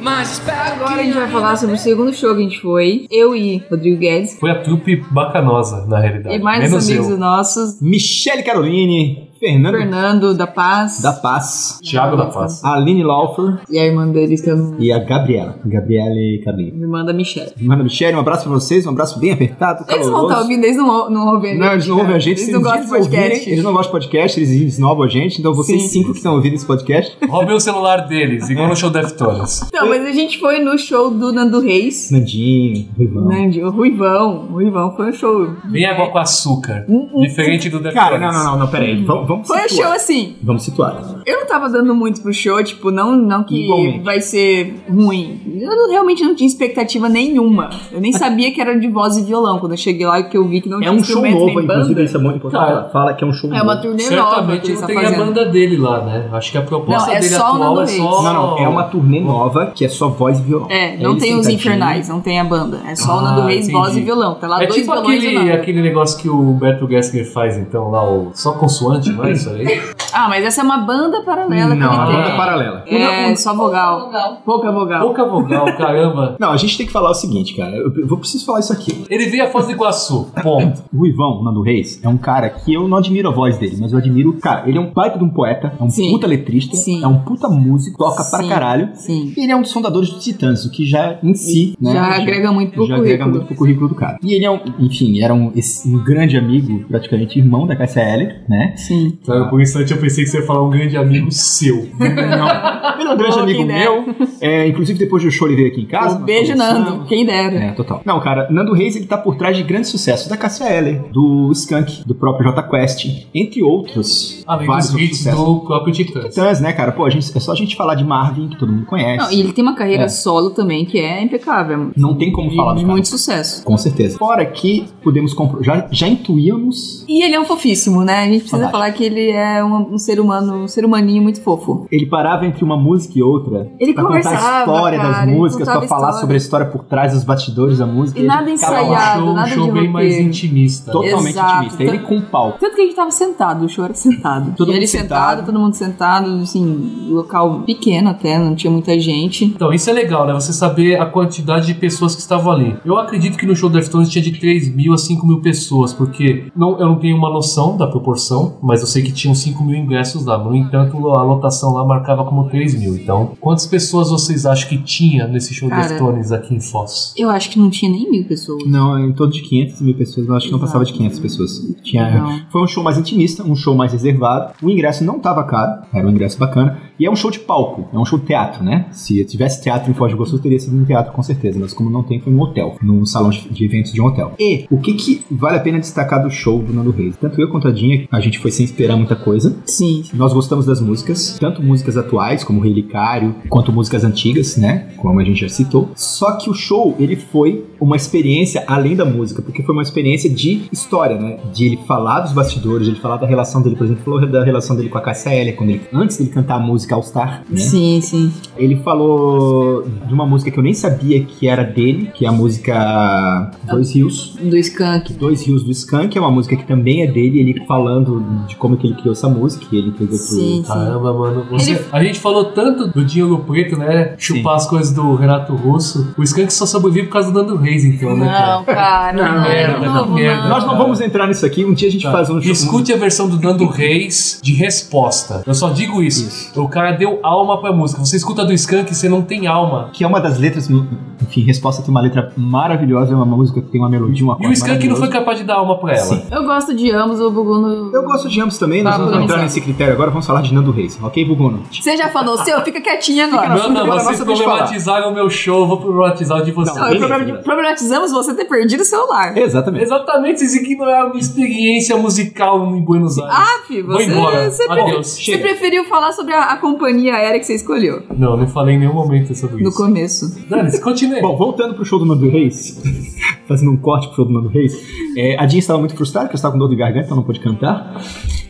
Speaker 2: mas espero
Speaker 5: Agora
Speaker 2: que
Speaker 5: a gente vai falar sobre o segundo show que a gente foi. Eu e Rodrigo Guedes.
Speaker 3: Foi a trupe bacanosa, na realidade.
Speaker 5: E mais
Speaker 3: Menos
Speaker 5: os amigos
Speaker 3: eu.
Speaker 5: nossos.
Speaker 4: Michele Caroline, Fernando
Speaker 5: Fernando da Paz.
Speaker 4: da Paz,
Speaker 3: Thiago da Paz.
Speaker 4: Aline Laufer
Speaker 5: E a irmã dele que eu não...
Speaker 4: e a Gabriela. Gabriela e Carlinhos.
Speaker 5: Me manda Michelle.
Speaker 4: Manda Michele, um abraço pra vocês, um abraço bem apertado,
Speaker 3: Tá
Speaker 5: Eles não
Speaker 4: caloroso.
Speaker 5: estão ouvindo, eles não, não ouvem a gente.
Speaker 4: Não, eles não
Speaker 5: cara.
Speaker 4: ouvem a gente,
Speaker 5: Eles
Speaker 4: se
Speaker 5: não
Speaker 4: um dia
Speaker 5: gostam de podcast.
Speaker 4: ouvirem, eles não gostam de podcast, eles esnobam a gente, então vocês
Speaker 5: Sim.
Speaker 4: cinco que estão ouvindo esse podcast,
Speaker 3: Roubei o celular deles, igual no show Deftones.
Speaker 5: Então, mas a gente foi no show do Nando Reis.
Speaker 4: Nandinho, Rivão.
Speaker 5: Nandi, o Ruivão. O Ruivão foi um show.
Speaker 3: Bem água com açúcar. Diferente do Deftones.
Speaker 4: Cara, não, não, não, não, peraí, vamos, vamos
Speaker 5: Foi um show
Speaker 4: situar.
Speaker 5: assim.
Speaker 4: Vamos situar.
Speaker 5: Eu não tava dando muito pro show, tipo, não, não que
Speaker 4: Igualmente.
Speaker 5: vai ser ruim. Eu não- realmente não tinha expectativa nenhuma. Eu nem sabia que era de voz e violão quando eu cheguei lá e que eu vi que não
Speaker 4: É
Speaker 5: tinha
Speaker 4: um show
Speaker 5: instrumentos
Speaker 4: novo,
Speaker 5: nem banda.
Speaker 4: inclusive, isso é muito importante.
Speaker 3: Claro.
Speaker 4: Ela Fala que é um show
Speaker 5: É
Speaker 4: novo.
Speaker 5: uma turnê nova
Speaker 3: Certamente
Speaker 5: que ele
Speaker 3: não
Speaker 5: tá
Speaker 3: tem
Speaker 5: fazendo.
Speaker 3: a banda dele lá, né? Acho que a proposta
Speaker 5: Não, é
Speaker 3: dele
Speaker 5: só o
Speaker 3: atual
Speaker 5: Nando
Speaker 3: é
Speaker 5: Reis.
Speaker 3: só.
Speaker 4: Não, não, é uma turnê nova que é só voz e violão.
Speaker 5: É, não
Speaker 4: ele
Speaker 5: tem os
Speaker 4: sentadinho.
Speaker 5: infernais, não tem a banda. É só o
Speaker 3: Ah,
Speaker 5: Nando Reis, voz
Speaker 3: entendi.
Speaker 5: e violão. Tá lá
Speaker 3: É
Speaker 5: dois
Speaker 3: tipo
Speaker 5: violões e
Speaker 3: aquele,
Speaker 5: nada.
Speaker 3: aquele negócio que o Beto Gessner faz, então, lá, o só consoante, não é isso aí?
Speaker 5: Ah, mas essa é uma banda paralela
Speaker 4: Não,
Speaker 5: que
Speaker 4: a
Speaker 5: ele
Speaker 4: banda
Speaker 5: tem.
Speaker 4: paralela.
Speaker 5: É, só vogal. Pouca vogal.
Speaker 3: Pouca vogal, caramba.
Speaker 4: Não, a gente tem que falar o seguinte, cara. Eu eu vou preciso falar isso aqui.
Speaker 3: Ele veio a Foz do Iguaçu, ponto.
Speaker 4: O Ruivão, Nando Reis, é um cara que eu não admiro a voz dele, mas eu admiro. Cara, ele é um baita de um poeta, é um
Speaker 5: Sim.
Speaker 4: puta letrista,
Speaker 5: Sim.
Speaker 4: é um puta músico, toca pra
Speaker 5: Sim.
Speaker 4: caralho.
Speaker 5: Sim.
Speaker 4: E ele é um dos fundadores do Titãs, o que já em si, né?
Speaker 5: Já agrega muito pro
Speaker 4: já
Speaker 5: É currículo.
Speaker 4: agrega muito pro currículo do cara. E ele é um, enfim, era um, esse- um grande amigo, praticamente irmão da Cássia Eller, né?
Speaker 5: Sim.
Speaker 3: Então, por um instante eu pensei que você ia falar um grande amigo seu.
Speaker 4: Não, ele é um grande
Speaker 5: Pô,
Speaker 4: amigo
Speaker 5: quem dera.
Speaker 4: meu. É, inclusive, depois do show ele veio aqui em
Speaker 3: Tá,
Speaker 4: casa.
Speaker 5: Um beijo,
Speaker 4: conversamos.
Speaker 5: Nando. Quem dera.
Speaker 4: É, total. Não, cara, Nando Reis ele tá por trás de grandes sucessos da Cassia Eller, do Skunk, do próprio Jota Quest, entre outros.
Speaker 3: Além
Speaker 4: vários
Speaker 3: dos
Speaker 4: outros
Speaker 3: hits
Speaker 4: sucessos.
Speaker 3: do próprio Titãs.
Speaker 4: Titãs, né, cara? Pô, a gente, é só a gente falar de Marvin, que todo mundo conhece.
Speaker 5: Não, e ele tem uma carreira
Speaker 4: É.
Speaker 5: solo também que é impecável.
Speaker 4: Não tem como
Speaker 5: E
Speaker 4: falar do
Speaker 5: de
Speaker 4: cara.
Speaker 5: muito sucesso.
Speaker 4: Com certeza. Fora que podemos compro- já, já intuímos.
Speaker 5: E ele é um fofíssimo, né? A gente precisa
Speaker 4: Fantástico.
Speaker 5: falar que ele é um, um ser humano, um ser humaninho muito fofo.
Speaker 4: Ele parava entre uma música e outra.
Speaker 5: Ele
Speaker 4: pra contar a
Speaker 5: conversava,
Speaker 4: história
Speaker 5: cara,
Speaker 4: das
Speaker 5: ele
Speaker 4: músicas, pra
Speaker 5: contava
Speaker 4: falar
Speaker 5: história. Hum,
Speaker 4: sobre a história por trás dos bastidores da música.
Speaker 5: E
Speaker 4: Ele
Speaker 5: nada
Speaker 4: ficava lá
Speaker 3: Um
Speaker 5: ensaiado.
Speaker 3: show, um
Speaker 5: nada
Speaker 3: show
Speaker 5: de
Speaker 3: bem mais
Speaker 5: roteiro.
Speaker 3: intimista. né?
Speaker 4: Totalmente
Speaker 5: Exato.
Speaker 4: intimista. Ele com o pau.
Speaker 5: Tanto que a gente tava sentado, o show era sentado.
Speaker 4: Todo
Speaker 5: E ele
Speaker 4: mundo sentado.
Speaker 5: sentado, todo mundo sentado, assim, local pequeno até, não tinha muita gente.
Speaker 3: Então, isso é legal, né? Você saber a quantidade de pessoas que estavam ali. Eu acredito que no show do Deftones tinha de 3 mil a 5 mil pessoas, porque não, eu não tenho uma noção da proporção, mas eu sei que tinham 5 mil ingressos lá. No entanto, a lotação lá marcava como 3 mil. Então, quantas pessoas vocês acham que tinha nesse show
Speaker 5: Cara.
Speaker 3: dos Tones aqui em Foz?
Speaker 5: Eu acho que não tinha nem mil pessoas.
Speaker 4: Não, em todo de 500 mil pessoas, mas acho que não
Speaker 5: Exato.
Speaker 4: passava de 500 pessoas. Tinha,
Speaker 5: Não.
Speaker 4: foi um show mais intimista, um show mais reservado. O ingresso não tava caro, era um ingresso bacana. E é um show de palco, é um show de teatro, né? Se tivesse teatro em Foz do Iguaçu, teria sido um teatro com certeza, mas como não tem, foi um hotel, num salão de de eventos de um hotel. E o que, que vale a pena destacar do show do Nando Reis? Tanto eu quanto a Dinha, a gente foi sem esperar muita coisa.
Speaker 5: Sim.
Speaker 4: Nós gostamos das músicas, tanto músicas atuais, como Relicário, quanto músicas antigas, né? Como a gente já citou. Só que o show, ele foi uma experiência além da música, porque foi uma experiência de história, né? De ele falar dos bastidores, de ele falar da relação dele, por exemplo, falou da relação dele com a Cassia quando ele antes dele cantar a música All Star, né?
Speaker 5: Sim, sim.
Speaker 4: Ele falou de uma música que eu nem sabia que era dele, que é a música Dois Rios.
Speaker 5: Do Skank.
Speaker 4: Dois Rios do Skank é uma música que também é dele, ele falando de como que ele criou essa música, e ele entregou pro
Speaker 5: Sim, sim.
Speaker 3: Caramba, mano. você-
Speaker 5: Ele-
Speaker 3: A gente falou tanto do Dinheiro Preto, né? Chupar as coisas do Renato Russo. O Skank só sobrevive por causa do Nando Reis, então, né, cara?
Speaker 5: Não, cara.
Speaker 3: Não,
Speaker 5: Não,
Speaker 3: merda,
Speaker 5: não,
Speaker 3: não,
Speaker 5: não,
Speaker 3: merda.
Speaker 5: não.
Speaker 4: Nós não vamos entrar nisso aqui, um dia a gente
Speaker 3: Tá.
Speaker 4: faz um
Speaker 3: Escute a versão do Nando Reis de resposta. Eu só digo isso. O cara deu alma pra música. Você escuta a do Skank e você não tem alma.
Speaker 4: Que é uma das letras, enfim, resposta tem uma letra maravilhosa, é uma música que tem uma melodia, uma
Speaker 3: E o Skank não foi capaz de dar alma pra ela.
Speaker 4: Sim.
Speaker 5: Eu gosto de ambos, o Buguno.
Speaker 4: Eu gosto de ambos também, nós
Speaker 5: Tá,
Speaker 4: vamos
Speaker 5: Bruno,
Speaker 4: entrar
Speaker 5: sabe.
Speaker 4: nesse critério agora, vamos falar de Nando Reis, ok, Bugono?
Speaker 5: Você já falou o seu? Fica quietinha agora.
Speaker 4: Fica na-
Speaker 3: Manda,
Speaker 4: Agora
Speaker 3: Ah, vocês
Speaker 4: nossa vez de
Speaker 3: problematizaram o meu show, eu vou problematizar o de vocês.
Speaker 5: Não, eu
Speaker 4: beleza.
Speaker 5: problema- problematizamos você ter perdido o celular.
Speaker 4: Exatamente.
Speaker 3: Exatamente, vocês ignoraram minha experiência musical em Buenos Aires.
Speaker 5: Ah, fi,
Speaker 3: Vou
Speaker 5: você,
Speaker 3: embora.
Speaker 5: você, pre-
Speaker 3: Adeus.
Speaker 5: você preferiu falar sobre a, a companhia aérea que você escolheu
Speaker 3: Não, não falei em nenhum momento sobre
Speaker 5: no
Speaker 3: isso.
Speaker 5: começo.
Speaker 3: Dane-se, continue.
Speaker 4: Bom, voltando pro show do Nando Reis, fazendo um corte pro show do Nando Reis, é, a Jean estava muito frustrada, porque eu estava com dor de garganta, então não pôde cantar,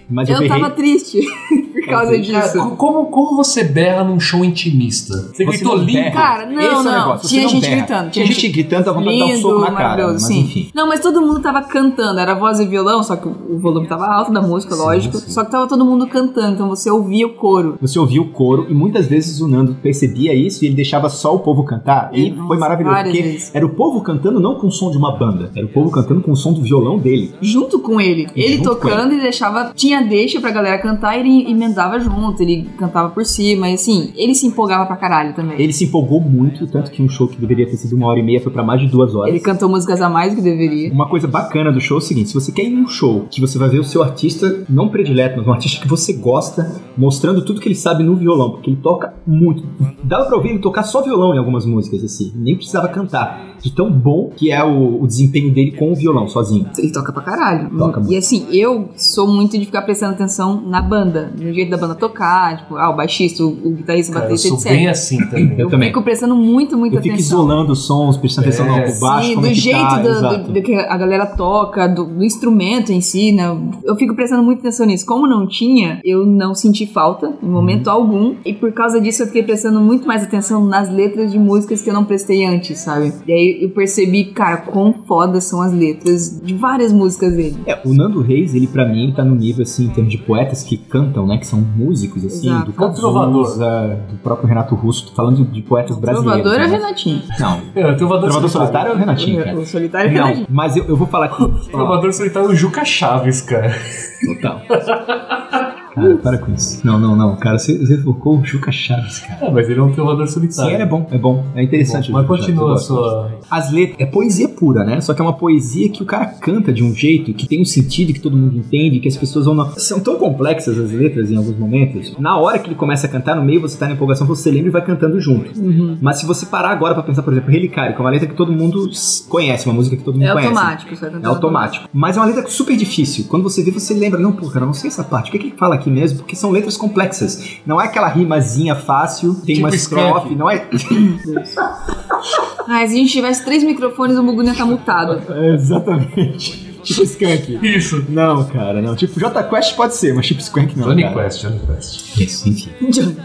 Speaker 4: mas eu,
Speaker 5: Eu
Speaker 4: berrei.
Speaker 5: tava triste por causa
Speaker 3: Cara,
Speaker 5: disso.
Speaker 3: como, como você berra num show intimista?
Speaker 4: Você
Speaker 3: Você gritou
Speaker 4: não
Speaker 3: lindo.
Speaker 4: berra.
Speaker 5: Cara, não,
Speaker 4: Esse é o
Speaker 5: não.
Speaker 4: negócio, você
Speaker 5: Tinha
Speaker 4: não
Speaker 5: gente
Speaker 4: berra.
Speaker 5: gritando.
Speaker 4: Tinha gente gritando, tava vontade de dar um
Speaker 5: Lindo,
Speaker 4: soco na cara,
Speaker 5: maravilhoso,
Speaker 4: mas
Speaker 5: sim.
Speaker 4: enfim.
Speaker 5: Não, mas todo mundo tava cantando. Era voz e violão, só que o o volume tava alto da música,
Speaker 3: Sim,
Speaker 5: lógico.
Speaker 3: sim.
Speaker 5: Só que tava todo mundo cantando, então você ouvia o coro.
Speaker 4: Você ouvia o coro e muitas vezes o Nando percebia isso e ele deixava só o povo cantar. E
Speaker 5: Nossa,
Speaker 4: foi maravilhoso,
Speaker 5: várias
Speaker 4: porque
Speaker 5: vezes.
Speaker 4: era o povo cantando não com o som de uma banda, era o povo cantando com o som do violão dele.
Speaker 5: Junto com ele. Ele
Speaker 4: Junto com
Speaker 5: tocando e deixava. Tinha deixa pra galera cantar e ele emendava junto, ele cantava por cima. E assim, ele se empolgava pra caralho também.
Speaker 4: Ele se empolgou muito, tanto que um show que deveria ter sido uma hora e meia foi pra mais de duas horas.
Speaker 5: Ele cantou músicas a mais do que deveria.
Speaker 4: Uma coisa bacana do show é o seguinte: se você quer ir num show que você vai ver o seu artista não predileto, mas um artista que você gosta, mostrando tudo que ele sabe no violão, porque ele toca muito. Dava pra ouvir ele tocar só violão em algumas músicas, assim, nem precisava cantar. De tão bom que é o, o desempenho dele com o violão, sozinho.
Speaker 5: Ele toca pra caralho.
Speaker 4: Toca muito.
Speaker 5: e assim, eu sou muito de ficar prestando atenção na banda, no jeito da banda tocar, tipo, ah, o baixista, o, o guitarrista, o
Speaker 3: Cara, eu
Speaker 5: baterista,
Speaker 3: sou
Speaker 5: etc.
Speaker 3: bem assim também.
Speaker 4: Eu também.
Speaker 5: fico prestando muito, muita
Speaker 4: Eu fico
Speaker 5: atenção.
Speaker 4: isolando os sons, prestando atenção no
Speaker 3: É.
Speaker 4: alto baixo,
Speaker 5: Sim,
Speaker 4: como
Speaker 5: do
Speaker 4: é que
Speaker 5: jeito
Speaker 4: tá,
Speaker 5: do- do-
Speaker 4: exato.
Speaker 5: do que a galera toca, do, do instrumento em si, né? Eu fico prestando muita atenção nisso. Como não tinha, eu não senti falta em momento
Speaker 4: Uhum.
Speaker 5: algum. E por causa disso eu fiquei prestando muito mais atenção nas letras de músicas que eu não prestei antes, sabe? E aí eu percebi, cara, quão fodas são as letras de várias músicas dele.
Speaker 4: É, o Nando Reis, ele pra mim tá no nível assim, em termos de poetas que cantam, né? Que são músicos, assim, do
Speaker 5: Exato.
Speaker 3: Trovador.
Speaker 4: Cazuza, do próprio Renato Russo, tô falando de, de poetas brasileiros.
Speaker 5: Trovador é
Speaker 4: né?
Speaker 5: Renatinho.
Speaker 4: Não,
Speaker 3: É, o Trovador,
Speaker 4: Trovador
Speaker 3: Solitário.
Speaker 4: Solitário é o Renatinho, cara.
Speaker 5: O solitário é
Speaker 4: Não, mas eu, eu vou falar aqui.
Speaker 3: Trovador Solitário é o Juca Chaves, cara.
Speaker 4: Total. Cara, para com isso. Não, não, não. Cara, você, você focou o Juca Chaves, cara.
Speaker 3: É, mas ele é um Trovador
Speaker 4: Sim,
Speaker 3: Solitário.
Speaker 4: ele é bom, é bom, é interessante.
Speaker 3: Mas
Speaker 4: o Juca Chaves, eu
Speaker 3: continua a
Speaker 4: gosto.
Speaker 3: sua.
Speaker 4: As letras. É poesia pura, né? Só que é uma poesia que o cara canta de um jeito que tem um sentido que todo mundo entende, que as pessoas vão. na- São tão complexas as letras em alguns momentos. Na hora que ele começa a cantar, no meio você tá na empolgação, você lembra e vai cantando junto.
Speaker 5: Uhum.
Speaker 4: Mas se você parar agora pra pensar, por exemplo, Relicário, que é uma letra que todo mundo s- conhece, uma música que todo mundo
Speaker 5: É
Speaker 4: conhece.
Speaker 5: automático, sabe?
Speaker 4: É automático. Mas é uma letra super difícil. Quando você vê, você lembra, não, pô, cara, eu não sei essa parte. O que, é que ele fala aqui mesmo? Porque são letras complexas. Não é aquela rimazinha fácil, tem
Speaker 3: Tipo
Speaker 4: uma estrofe,
Speaker 3: Skank.
Speaker 4: não é.
Speaker 5: Ah, se a gente tivesse três microfones, o Mugu ia tá mutado.
Speaker 4: exatamente. Tipo Skank.
Speaker 3: Isso.
Speaker 4: Não, cara, não. Tipo, J Quest pode ser, mas tipo Skank não.
Speaker 3: Johnny
Speaker 4: cara.
Speaker 3: Quest, Johnny Quest.
Speaker 4: Isso, enfim.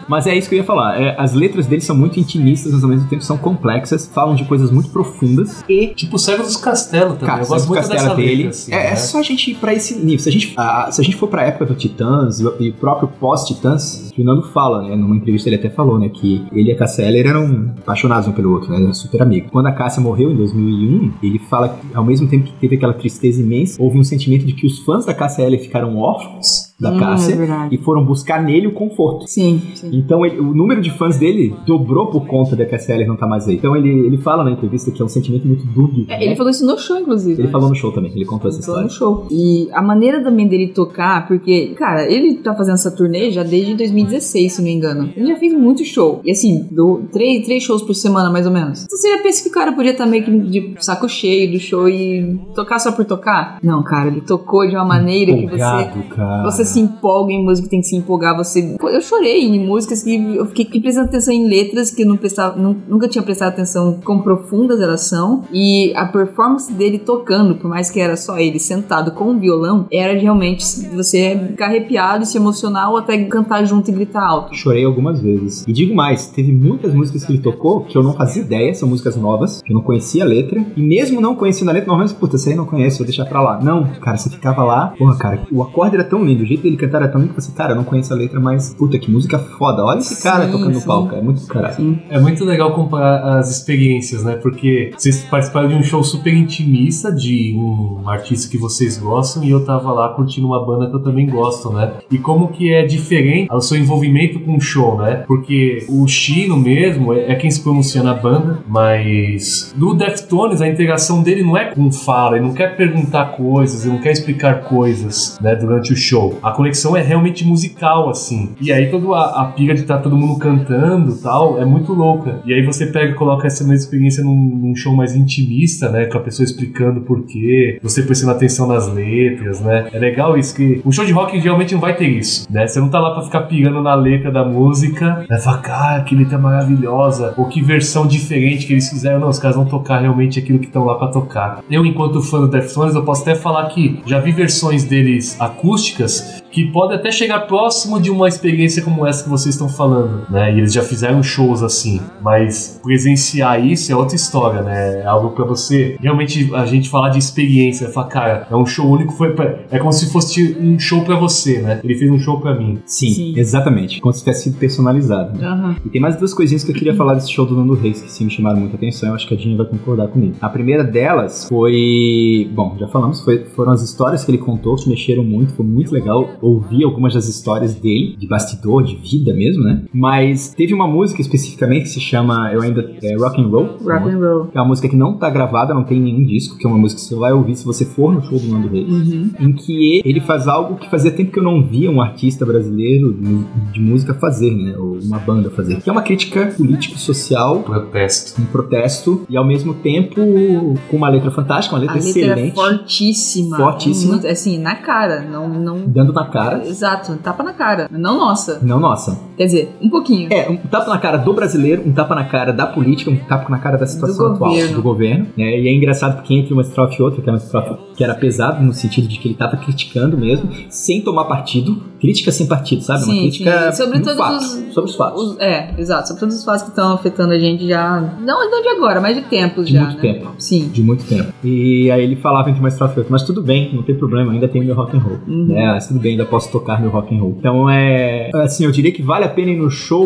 Speaker 4: Mas é isso que eu ia falar. É, as letras dele são muito intimistas, mas ao mesmo tempo são complexas, falam de coisas muito profundas. E
Speaker 3: Tipo o Cego dos Castelos também.
Speaker 4: Cara,
Speaker 3: Então, eu gosto
Speaker 4: o
Speaker 3: muito dessa
Speaker 4: castelo
Speaker 3: letra,
Speaker 4: dele.
Speaker 3: assim,
Speaker 4: é, é
Speaker 3: né?
Speaker 4: só a gente ir pra esse nível. Se a gente, a- se a gente for pra época do Titãs e o- e o próprio pós-Titãs, que o Nando fala, né? Numa entrevista ele até falou, né? Que ele e a Cassia Eller eram apaixonados um pelo outro, né? Eram super amigos. Quando a Cassia morreu em 2001, ele um fala que ao mesmo tempo que teve aquela tristeza imensa, houve um sentimento de que os fãs da Cassia Eller ficaram órfãos. da
Speaker 5: Hum,
Speaker 4: Cássia
Speaker 5: é verdade.
Speaker 4: e foram buscar nele o conforto.
Speaker 5: Sim, sim.
Speaker 4: Então ele- o número de fãs dele dobrou por conta da Cassia Eller não tá mais aí. Então ele, ele fala na entrevista que é um sentimento muito dúbio. né?
Speaker 5: É, Ele falou isso no show, inclusive.
Speaker 4: Ele falou no show também, ele contou essa
Speaker 5: Ele falou
Speaker 4: história.
Speaker 5: no show. E a maneira também dele tocar, porque, cara, ele tá fazendo essa turnê já desde 2016, se não me engano. Ele já fez muito show. E assim, do, três, três shows por semana, mais ou menos. Então, você já pensa que o cara podia estar meio que de saco cheio do show e tocar só por tocar? Não, cara, ele tocou de uma maneira que você.
Speaker 1: Empolgado, cara.
Speaker 5: Você se empolga em música, tem que se empolgar. Você, Pô, eu chorei em músicas que eu fiquei prestando atenção em letras que eu não prestava, nu- nunca tinha prestado atenção quão profundas elas são. E a performance dele tocando, por mais que era só ele sentado com o violão, era de realmente você ficar arrepiado, e se emocionar ou até cantar junto e gritar alto.
Speaker 4: Chorei algumas vezes. E digo mais, teve muitas músicas que ele tocou que eu não fazia ideia, são músicas novas, que eu não conhecia a letra. E mesmo não conhecendo a letra, normalmente, puta, isso aí eu não conheço, vou deixar pra lá. Não, cara, você ficava lá, porra, cara, o acorde era tão lindo, o jeito dele cantar era tão lindo que você, cara, eu não conheço a letra, mas puta, que música foda. Olha esse cara
Speaker 5: Sim,
Speaker 4: tocando no
Speaker 5: sim.
Speaker 4: palco, é muito do caralho.
Speaker 3: É muito legal comparar as experiências, né? Porque vocês participaram de um show super intimista de um artista que vocês gostam e eu tava lá curtindo uma banda que eu também gosto, né? E como que é diferente o seu envolvimento com o show, né? Porque o Chino mesmo é é quem se pronuncia na banda, mas no Deftones a interação dele não é com fala, ele não quer perguntar coisas, ele não quer explicar coisas, né? Durante o show. A conexão é realmente musical, assim. E aí toda a, a pira de estar todo mundo cantando tal é muito louca. E aí você pega e coloca essa mesma experiência num, num show mais intimista, né? Com a pessoa explicando por quê, você prestando atenção nas letras, né? É legal isso que um show de rock geralmente não vai ter isso, né? Você não tá lá pra ficar pirando na letra da música, né? Falar, cara, que letra maravilhosa, ou que versão diferente que eles fizeram. Não, os caras vão tocar realmente aquilo que estão lá pra tocar. Eu, enquanto fã do Deftones, eu posso até falar que já vi versões deles acústicas que pode até chegar próximo de uma experiência como essa que vocês estão falando, né? E eles já fizeram shows assim, mas presenciar isso é outra história, né? É algo pra você realmente a gente falar de experiência, falar, cara, é um show único, foi pra- é como se fosse um show pra você, né? Ele fez um show pra mim.
Speaker 4: Sim,
Speaker 5: Sim.
Speaker 4: exatamente. Como se tivesse sido personalizado. né?
Speaker 5: Aham.
Speaker 4: E tem mais duas coisinhas que eu queria falar desse show do Nando Reis que sim me chamaram muita atenção. Eu acho que a Dinha vai concordar comigo. A primeira delas foi. Bom, já falamos, foi- foram as histórias que ele contou que mexeram muito. Foi muito legal ouvir algumas das histórias dele, de bastidor, de vida mesmo, né? Mas teve uma música especificamente que se chama Eu Ainda. É, Rock and Roll.
Speaker 5: Rock and roll.
Speaker 4: Que é uma música que não tá gravada, não tem em nenhum disco, que é uma música que você vai ouvir se você for no show do Nando Reis
Speaker 5: Uhum.
Speaker 4: em que ele faz algo que fazia tempo que eu não via um artista brasileiro de- de música fazer, né? Ou uma banda fazer. Que é uma crítica político-social,
Speaker 3: Protesto.
Speaker 4: um protesto, e ao mesmo tempo com uma letra fantástica, uma
Speaker 5: A
Speaker 4: letra
Speaker 5: letra é
Speaker 4: excelente,
Speaker 5: fortíssima.
Speaker 4: Fortíssima.
Speaker 5: Muito- assim, na cara. Não, não...
Speaker 4: dando na cara.
Speaker 5: Exato, tapa na cara. Não nossa.
Speaker 4: Não, nossa.
Speaker 5: Quer dizer, um pouquinho.
Speaker 4: É, um tapa na cara do brasileiro, um tapa na cara da política, um tapa na cara da situação
Speaker 5: Do
Speaker 4: atual
Speaker 5: governo.
Speaker 4: do governo. né? E é engraçado porque entre uma estrofe e outra, que era uma estrofe que era pesado no sentido de que ele tava criticando mesmo, sem tomar partido. Crítica sem partido, sabe? uma
Speaker 5: Sim,
Speaker 4: crítica
Speaker 5: sim. Sobre
Speaker 4: no
Speaker 5: todos
Speaker 4: fato,
Speaker 5: os-
Speaker 4: sobre os fatos.
Speaker 5: Os- é, exato. Sobre todos os fatos que estão afetando a gente já. Não, não de agora, mas de tempos
Speaker 4: De
Speaker 5: já.
Speaker 4: muito
Speaker 5: né?
Speaker 4: tempo.
Speaker 5: Sim.
Speaker 4: de muito tempo. E aí ele falava entre uma estrofe e outra, mas tudo bem, não tem problema, ainda tenho meu rock and roll,
Speaker 5: Uhum.
Speaker 4: né? Mas tudo bem, ainda posso tocar meu rock and roll. Então é, assim, eu diria que vale a pena ir no show,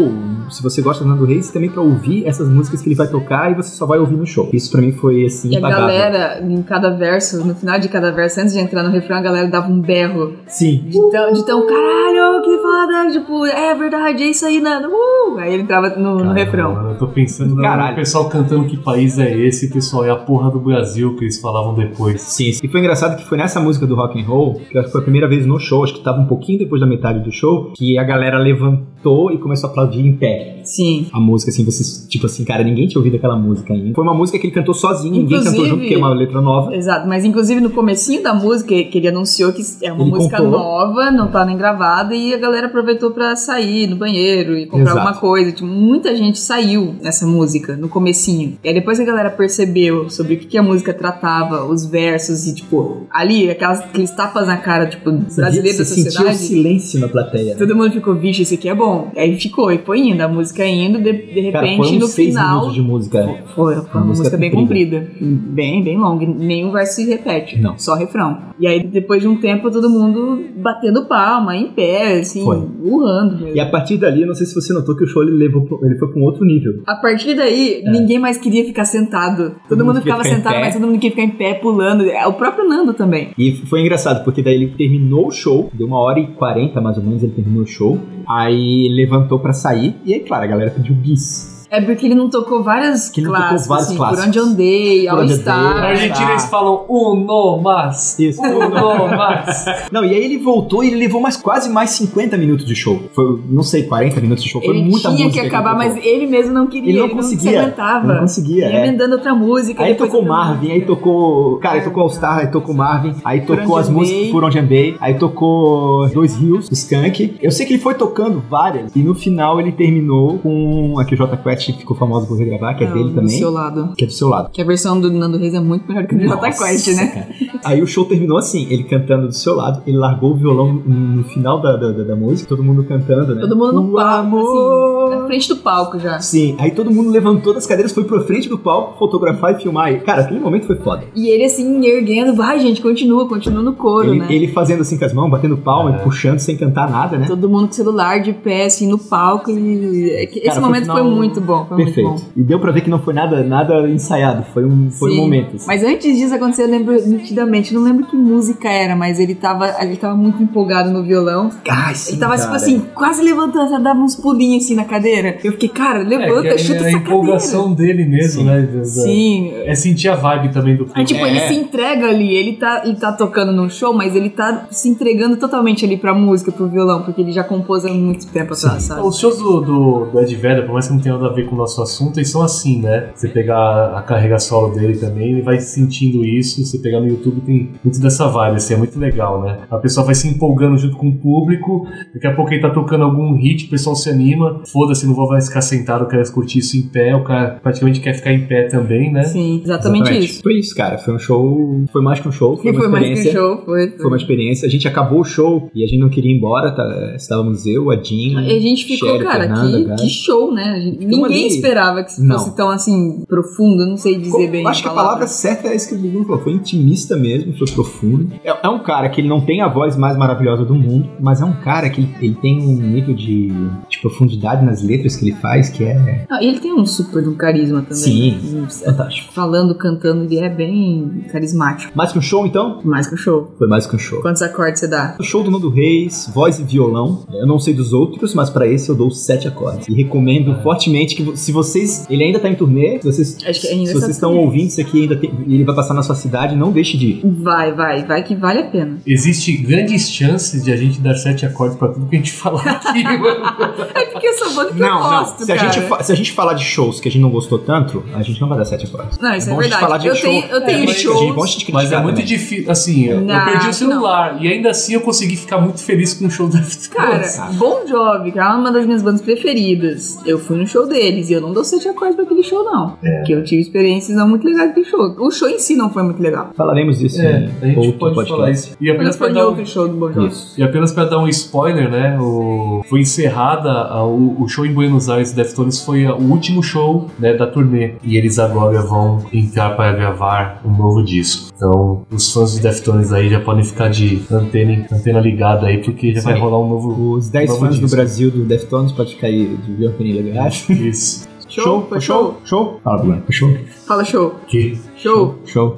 Speaker 4: se você gosta do Nando Reis, também pra ouvir essas músicas que ele vai tocar e você só vai ouvir no show. Isso pra mim foi assim
Speaker 5: E a
Speaker 4: impagável.
Speaker 5: galera, em cada verso, no final de cada verso, antes de entrar no refrão, a galera dava um berro.
Speaker 4: Sim.
Speaker 5: De tão, de tão caralho, que foda. Tipo, é verdade, é isso aí, Nando. Uh! Aí ele entrava no, no refrão.
Speaker 3: Caramba, Eu tô pensando na-
Speaker 4: Caralho.
Speaker 3: no pessoal cantando que país é esse, pessoal, é a porra do Brasil que eles falavam depois.
Speaker 4: Sim, sim. e foi engraçado que foi nessa música do rock and roll, que eu acho que foi a primeira vez no show, acho que tava um pouquinho depois da metade do show, que a galera levantou e começou a aplaudir em pé.
Speaker 5: Sim.
Speaker 4: a música, assim, vocês, tipo assim, cara, ninguém tinha ouvido aquela música ainda. Foi uma música que ele cantou sozinho, ninguém
Speaker 5: Inclusive-
Speaker 4: cantou junto, porque é uma letra nova.
Speaker 5: Exato, mas inclusive no comecinho da música, que ele anunciou que é uma
Speaker 4: Ele
Speaker 5: música
Speaker 4: contou.
Speaker 5: nova, não tá nem gravada, e a galera aproveitou pra sair no banheiro e comprar
Speaker 4: Exato.
Speaker 5: alguma coisa. Tipo, muita gente saiu nessa música no comecinho. E aí depois a galera percebeu sobre o que, que a música tratava, os versos, e tipo, ali, aquelas, aqueles tapas na cara, tipo, brasileiro da
Speaker 4: Você sentiu o
Speaker 5: sociedade.
Speaker 4: silêncio na plateia.
Speaker 5: Todo mundo ficou, vixe, esse aqui é bom. Aí ficou, e foi indo, a música indo, de, de
Speaker 4: Cara,
Speaker 5: repente,
Speaker 4: foram
Speaker 5: no
Speaker 4: seis
Speaker 5: final.
Speaker 4: minutos de música.
Speaker 5: Foi, foi uma
Speaker 4: Uma música
Speaker 5: música bem
Speaker 4: comprida.
Speaker 5: comprida. Bem, bem longa. Nenhum verso se repete.
Speaker 4: Não.
Speaker 5: Só refrão. E aí, depois de um tempo, todo mundo batendo palma, em pé, assim,
Speaker 4: Foi.
Speaker 5: urrando. meu.
Speaker 4: E a partir dali, eu não sei se você notou que o show ele, levou pro- ele foi pra um outro nível.
Speaker 5: A partir daí, ninguém mais queria ficar sentado. Todo,
Speaker 4: É.
Speaker 5: mundo,
Speaker 4: mundo queria
Speaker 5: ficava
Speaker 4: ficar em
Speaker 5: sentado,
Speaker 4: pé.
Speaker 5: mas todo mundo queria ficar em pé, pulando. É, O próprio Nando também.
Speaker 4: E foi engraçado, porque daí ele terminou o show, deu uma hora e quarenta mais ou menos, ele terminou o show. Aí levantou pra sair, e aí, claro, a galera pediu bis.
Speaker 5: É porque ele não tocou várias
Speaker 4: Que ele não tocou
Speaker 5: clássicos,
Speaker 4: vários
Speaker 5: assim,
Speaker 4: clássicos.
Speaker 5: Por Onde Andei,
Speaker 4: Por
Speaker 5: All
Speaker 4: Onde
Speaker 3: Na
Speaker 5: Star.
Speaker 4: Andei.
Speaker 3: Argentina eles falam uno mas.
Speaker 4: Isso.
Speaker 3: Uno mas.
Speaker 4: Não, e aí ele voltou e ele levou mais quase mais 50 minutos de show. Foi, não sei, 40 minutos de show. Foi
Speaker 5: Ele
Speaker 4: muita
Speaker 5: tinha que
Speaker 4: música
Speaker 5: acabar,
Speaker 4: ele
Speaker 5: mas
Speaker 4: tocou.
Speaker 5: ele mesmo não queria,
Speaker 4: Ele não
Speaker 5: se
Speaker 4: conseguia.
Speaker 5: aguentava.
Speaker 4: Não conseguia,
Speaker 5: Ia
Speaker 4: é.
Speaker 5: emendando outra música.
Speaker 4: Aí
Speaker 5: depois
Speaker 4: tocou
Speaker 5: outra
Speaker 4: Marvin, aí tocou. Cara, aí tocou All Star, aí tocou Marvin, aí
Speaker 5: Por
Speaker 4: tocou
Speaker 5: Onde
Speaker 4: as
Speaker 5: Andei.
Speaker 4: músicas por onde andei, aí tocou Dois Rios, Skank. Eu sei que ele foi tocando várias, e no final ele terminou com a que o Jota Quest ficou famoso por regravar, que é
Speaker 5: Não,
Speaker 4: dele
Speaker 5: do
Speaker 4: também,
Speaker 5: seu lado.
Speaker 4: que é do seu lado.
Speaker 5: Que a versão do Nando Reis é muito melhor que a do Jota
Speaker 4: Nossa,
Speaker 5: Quest, né?
Speaker 4: cara. Aí o show terminou assim, ele cantando do seu lado, ele largou o violão no final da, da, da- da música, todo mundo cantando, né?
Speaker 5: Todo mundo no
Speaker 4: O
Speaker 5: palco,
Speaker 4: amor.
Speaker 5: assim, na frente do palco já.
Speaker 4: Sim, aí todo mundo levantou das cadeiras, foi pra frente do palco fotografar e filmar. E, cara, aquele momento foi foda.
Speaker 5: E ele assim, erguendo, vai gente, continua, continua no coro,
Speaker 4: Ele,
Speaker 5: né?
Speaker 4: ele fazendo assim com as mãos, batendo palma e puxando sem cantar nada, né?
Speaker 5: Todo mundo com celular de pé, assim, no palco. E... é que Esse
Speaker 4: Cara, foi
Speaker 5: momento foi,
Speaker 4: final
Speaker 5: muito bom, foi muito bom.
Speaker 4: Perfeito. E deu pra ver que não foi nada, nada ensaiado, foi um, foi um
Speaker 5: Sim.
Speaker 4: momento. assim.
Speaker 5: Mas antes disso acontecer, eu lembro nitidamente, eu não lembro que música era, mas ele tava, ele tava muito empolgado no violão.
Speaker 4: Ai, sim,
Speaker 5: Ele tava, tipo
Speaker 4: cara.
Speaker 5: assim, quase levantando, sabe? dava uns pulinhos assim na cadeira. Eu fiquei, cara, levanta,
Speaker 3: é, que
Speaker 5: chuta
Speaker 3: é a
Speaker 5: essa cadeira.
Speaker 3: empolgação dele mesmo,
Speaker 4: Sim.
Speaker 3: né? da- da-
Speaker 5: Sim,
Speaker 3: É sentir a vibe também do
Speaker 5: Aí, tipo,
Speaker 4: É.
Speaker 5: ele se entrega ali, ele tá, ele tá tocando num show, mas ele tá se entregando totalmente ali pra música, pro violão, porque ele já compôs há muito tempo atrás, sabe?
Speaker 3: Os shows do, do, do Ed Vedder, por mais que não tenha nada a ver com o nosso assunto, eles são assim, né? Você pegar a carreira solo dele também, ele vai sentindo isso. Você pegar no YouTube, tem muito dessa vibe, assim, é muito legal, né? A pessoa vai se empolgando junto com o público, daqui a pouco ele tá tocando algum hit, o pessoal se anima. Foda-se, não vou mais ficar sentado, eu quero curtir isso em pé, o cara praticamente quer ficar em pé também, né?
Speaker 5: Sim, exatamente, isso.
Speaker 4: Foi É, isso, cara. Foi um show. Foi mais que um show. Foi
Speaker 5: E
Speaker 4: uma
Speaker 5: foi mais que um
Speaker 4: experiência.
Speaker 5: show, foi.
Speaker 4: Foi uma experiência. A gente acabou o show e a gente não queria ir embora. Tá, estávamos eu, a Jean.
Speaker 5: E a gente ficou,
Speaker 4: Sherry,
Speaker 5: cara,
Speaker 4: Fernanda,
Speaker 5: que,
Speaker 4: cara.
Speaker 5: que show, né? A gente-
Speaker 4: Ficamos
Speaker 5: ninguém
Speaker 4: ali.
Speaker 5: esperava que fosse
Speaker 4: Não.
Speaker 5: tão assim profundo, não sei dizer
Speaker 4: Como-
Speaker 5: bem.
Speaker 4: acho que a palavra certa é isso que o Bruno falou. Foi intimista mesmo, foi profundo. É, é um cara que ele não tem a voz mais maravilhosa do mundo, mas é um cara que ele, ele tem um nível de, de profundidade nas letras que ele faz que é
Speaker 5: Ah, ele tem um super um carisma também.
Speaker 4: Sim.
Speaker 5: Hum,
Speaker 4: fantástico.
Speaker 5: Falando, cantando, ele é bem carismático.
Speaker 4: Mais que um show, então?
Speaker 5: Mais que um show.
Speaker 4: Foi mais que um show.
Speaker 5: Quantos acordes você dá?
Speaker 4: O show do Nando Reis, voz e violão. Eu não sei dos outros, mas pra esse eu dou sete acordes. E recomendo fortemente que vo- se vocês. Ele ainda tá em turnê, se vocês,
Speaker 5: Ah. Acho que ainda
Speaker 4: se
Speaker 5: tá
Speaker 4: vocês estão
Speaker 5: turnê.
Speaker 4: ouvindo isso aqui, ainda tem, ele vai passar na sua cidade, não deixe de ir.
Speaker 5: Vai, vai, vai que vale a pena.
Speaker 3: Existe grandes chances de a gente dar sete acordes pra tudo que a gente falar aqui, mano.
Speaker 5: É Porque eu sou boa de
Speaker 4: Não,
Speaker 5: propósito,
Speaker 4: não. Se a,
Speaker 5: cara.
Speaker 4: gente fa- se a gente falar de shows que a gente não gostou tanto, a gente não vai dar sete acordes.
Speaker 5: Não, isso é,
Speaker 4: bom a gente falar
Speaker 5: verdade.
Speaker 4: de
Speaker 5: Eu
Speaker 4: show.
Speaker 5: tenho, eu
Speaker 3: É,
Speaker 5: tenho
Speaker 3: mas-
Speaker 4: Gente, bom a
Speaker 5: shows.
Speaker 4: gente
Speaker 3: Mas é
Speaker 4: criticar
Speaker 3: muito
Speaker 4: também.
Speaker 3: difícil, assim, eu-
Speaker 5: Não,
Speaker 3: eu perdi o celular e ainda assim eu consegui ficar muito feliz com o show da Vitória.
Speaker 5: Cara,
Speaker 4: sabe?
Speaker 5: Bon Jovi, que é uma das minhas bandas preferidas. Eu fui no show deles e eu não dou sete acordes pra aquele show, não.
Speaker 4: É.
Speaker 5: Porque eu tive experiências não muito legais daquele show. O show em si não foi muito legal.
Speaker 4: Falaremos disso
Speaker 3: É,
Speaker 4: em
Speaker 3: a gente
Speaker 4: outro
Speaker 3: pode
Speaker 4: podcast.
Speaker 3: falar isso. E
Speaker 5: Mas
Speaker 3: apenas
Speaker 5: foi
Speaker 3: pra
Speaker 5: em
Speaker 3: dar um,
Speaker 5: outro show do Bon Jovi.
Speaker 4: Isso.
Speaker 3: e apenas pra dar um spoiler, né? O, foi encerrada a- o, o show em Buenos Aires Deftones foi a- o último show né, da turnê. E eles agora vão entrar para gravar um novo disco. Então, os fãs do Deftones aí já podem ficar de antena, antena ligada aí, porque já vai
Speaker 4: Sim.
Speaker 3: rolar um novo.
Speaker 4: Os 10
Speaker 3: Vamos
Speaker 4: fãs do
Speaker 3: disso.
Speaker 4: Brasil do Deftones pode ficar aí de Biancanilha legais.
Speaker 3: Isso.
Speaker 5: Show, foi show.
Speaker 4: Show? Fala, Bruno. Show?
Speaker 5: Fala show.
Speaker 3: Que
Speaker 5: Show,
Speaker 4: Show?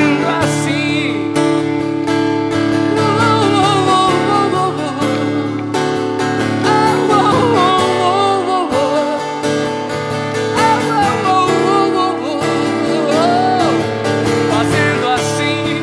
Speaker 2: assim. Fazendo assim,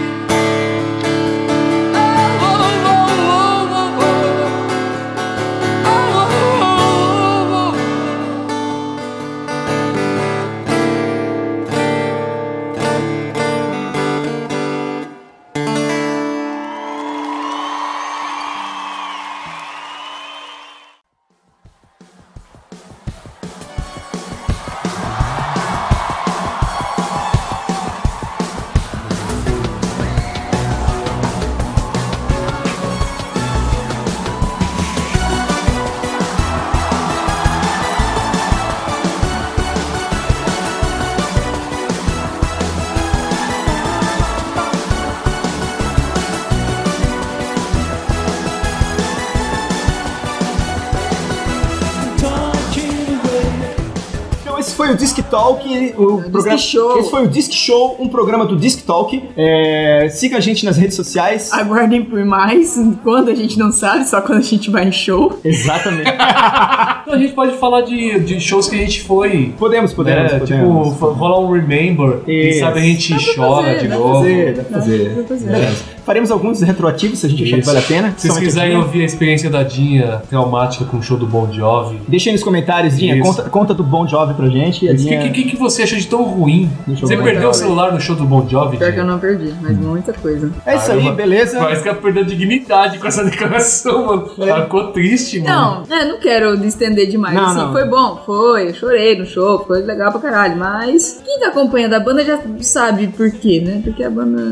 Speaker 4: Então, foi o Disc Talk, o
Speaker 5: Disc
Speaker 4: programa.
Speaker 5: Show.
Speaker 4: Esse foi o Disc Show, um programa do Disc Talk. É, siga a gente nas redes sociais.
Speaker 5: Aguardem por mais, quando a gente não sabe, só quando a gente vai em show.
Speaker 4: Exatamente.
Speaker 3: Então a gente pode falar de, de shows que a gente foi.
Speaker 4: Podemos, podemos,
Speaker 3: né?
Speaker 4: podemos.
Speaker 3: Tipo, fa- rolar um Remember. Quem
Speaker 4: Isso.
Speaker 3: sabe a gente
Speaker 5: Dá pra
Speaker 3: chora
Speaker 5: fazer,
Speaker 3: de
Speaker 5: dá pra
Speaker 3: novo.
Speaker 4: fazer, dá pra fazer. É.
Speaker 5: Dá pra fazer.
Speaker 4: Beleza. Né? Faremos alguns retroativos se a gente achar que
Speaker 3: Isso.
Speaker 4: vale a pena.
Speaker 3: Se vocês
Speaker 4: Somente
Speaker 3: quiserem
Speaker 4: aqui.
Speaker 3: ouvir a experiência da Dinha traumática com o show do Bon Jovi.
Speaker 4: Deixa aí nos comentários, Dinha.
Speaker 3: Isso.
Speaker 4: Conta, conta do Bon Jovi pra gente. e a
Speaker 3: O que,
Speaker 4: Dinha-
Speaker 3: que- que- que você achou de tão ruim?
Speaker 4: Deixa eu
Speaker 3: Você
Speaker 4: ver.
Speaker 3: perdeu o celular no show do Bon Jovi?
Speaker 5: Pior que eu
Speaker 3: Dinha?
Speaker 5: não perdi, mas muita coisa.
Speaker 4: É isso aí,
Speaker 3: Caramba.
Speaker 4: beleza?
Speaker 3: Parece que ela perdeu a dignidade com essa declaração, mano.
Speaker 5: É.
Speaker 3: Ela ficou triste, mano.
Speaker 5: Não, é, não quero estender demais.
Speaker 4: Não,
Speaker 5: assim,
Speaker 4: não.
Speaker 5: Foi bom, foi. Eu chorei no show, foi legal pra caralho. Mas quem tá acompanhando a banda já sabe por quê, né? Porque a banda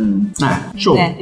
Speaker 4: Ah, show.
Speaker 5: É.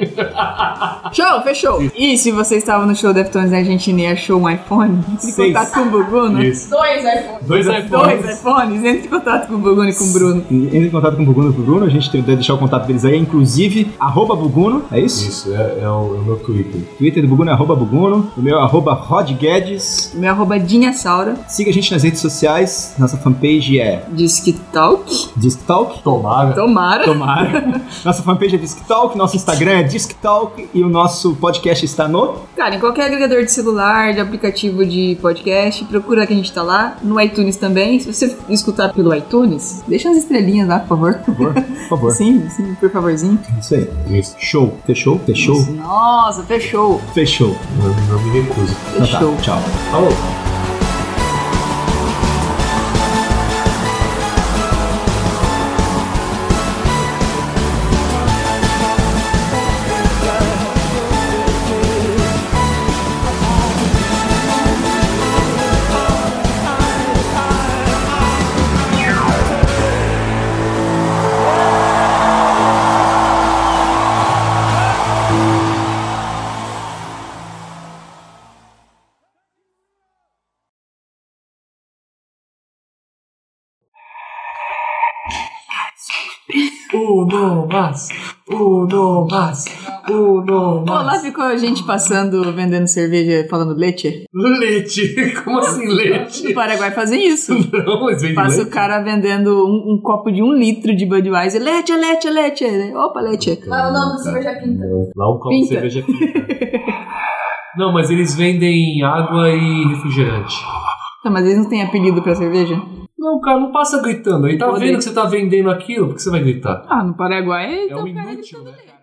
Speaker 5: show, fechou. E se você estava no show Deftones e a Argentina e achou um iPhone, entre em
Speaker 4: Seis.
Speaker 5: contato com o Buguno.
Speaker 3: Isso.
Speaker 5: Dois iPhones.
Speaker 3: Dois
Speaker 5: Dois
Speaker 3: iPhones.
Speaker 5: iPhones, entre em contato com o Buguno e com o Bruno.
Speaker 4: E Entre em contato com o Buguno e com o Bruno, a gente tem- deve deixar o contato deles aí, inclusive, arroba Buguno, é isso?
Speaker 3: Isso, é, é o, é o meu Twitter.
Speaker 4: Twitter do Buguno é arroba Buguno, o meu é arroba Rod Guedes.
Speaker 5: Meu arroba é Dinha Saura,
Speaker 4: Siga a gente nas redes sociais, nossa fanpage é
Speaker 5: diz que talk,
Speaker 4: DiscTalk,
Speaker 3: Tomara.
Speaker 5: tomara.
Speaker 4: tomara. Nossa fanpage é DiscTalk, nosso Instagram é DiscTalk e o nosso podcast está no...
Speaker 5: Cara, em qualquer agregador de celular, de aplicativo de podcast, procura que a gente tá lá. No iTunes também. Se você escutar pelo iTunes, deixa as estrelinhas lá, por favor.
Speaker 4: Por favor,
Speaker 5: Sim, sim, por favorzinho.
Speaker 4: é isso aí.
Speaker 3: Isso.
Speaker 4: Show, fechou, fechou,
Speaker 5: Nossa, fechou.
Speaker 4: fechou.
Speaker 3: Eu não me recuso.
Speaker 4: Então tá,
Speaker 5: Fechou.
Speaker 4: tchau.
Speaker 3: Falou. Uno más. Uno más. Uno
Speaker 5: Pô, lá
Speaker 3: más.
Speaker 5: ficou a gente passando, vendendo cerveja, falando leite.
Speaker 3: Leite. Como assim
Speaker 5: No
Speaker 3: leite?
Speaker 5: Paraguai fazem isso.
Speaker 3: Não, mas vem de
Speaker 5: Passa
Speaker 3: leite.
Speaker 5: o cara vendendo um, um copo de um litro de Budweiser. Leite, leite, leite. Opa, leite.
Speaker 6: Lá o nome da cerveja pinta.
Speaker 3: Lá um copo de
Speaker 5: Pinta.
Speaker 3: cerveja pinta. Não, mas eles vendem água e refrigerante.
Speaker 5: Tá, mas eles não têm apelido pra cerveja?
Speaker 3: Não, cara, não passa gritando. Aí tá
Speaker 5: Poder.
Speaker 3: vendo que você tá vendendo aquilo, por que você vai gritar?
Speaker 5: Ah, no Paraguai
Speaker 3: É um inútil, né?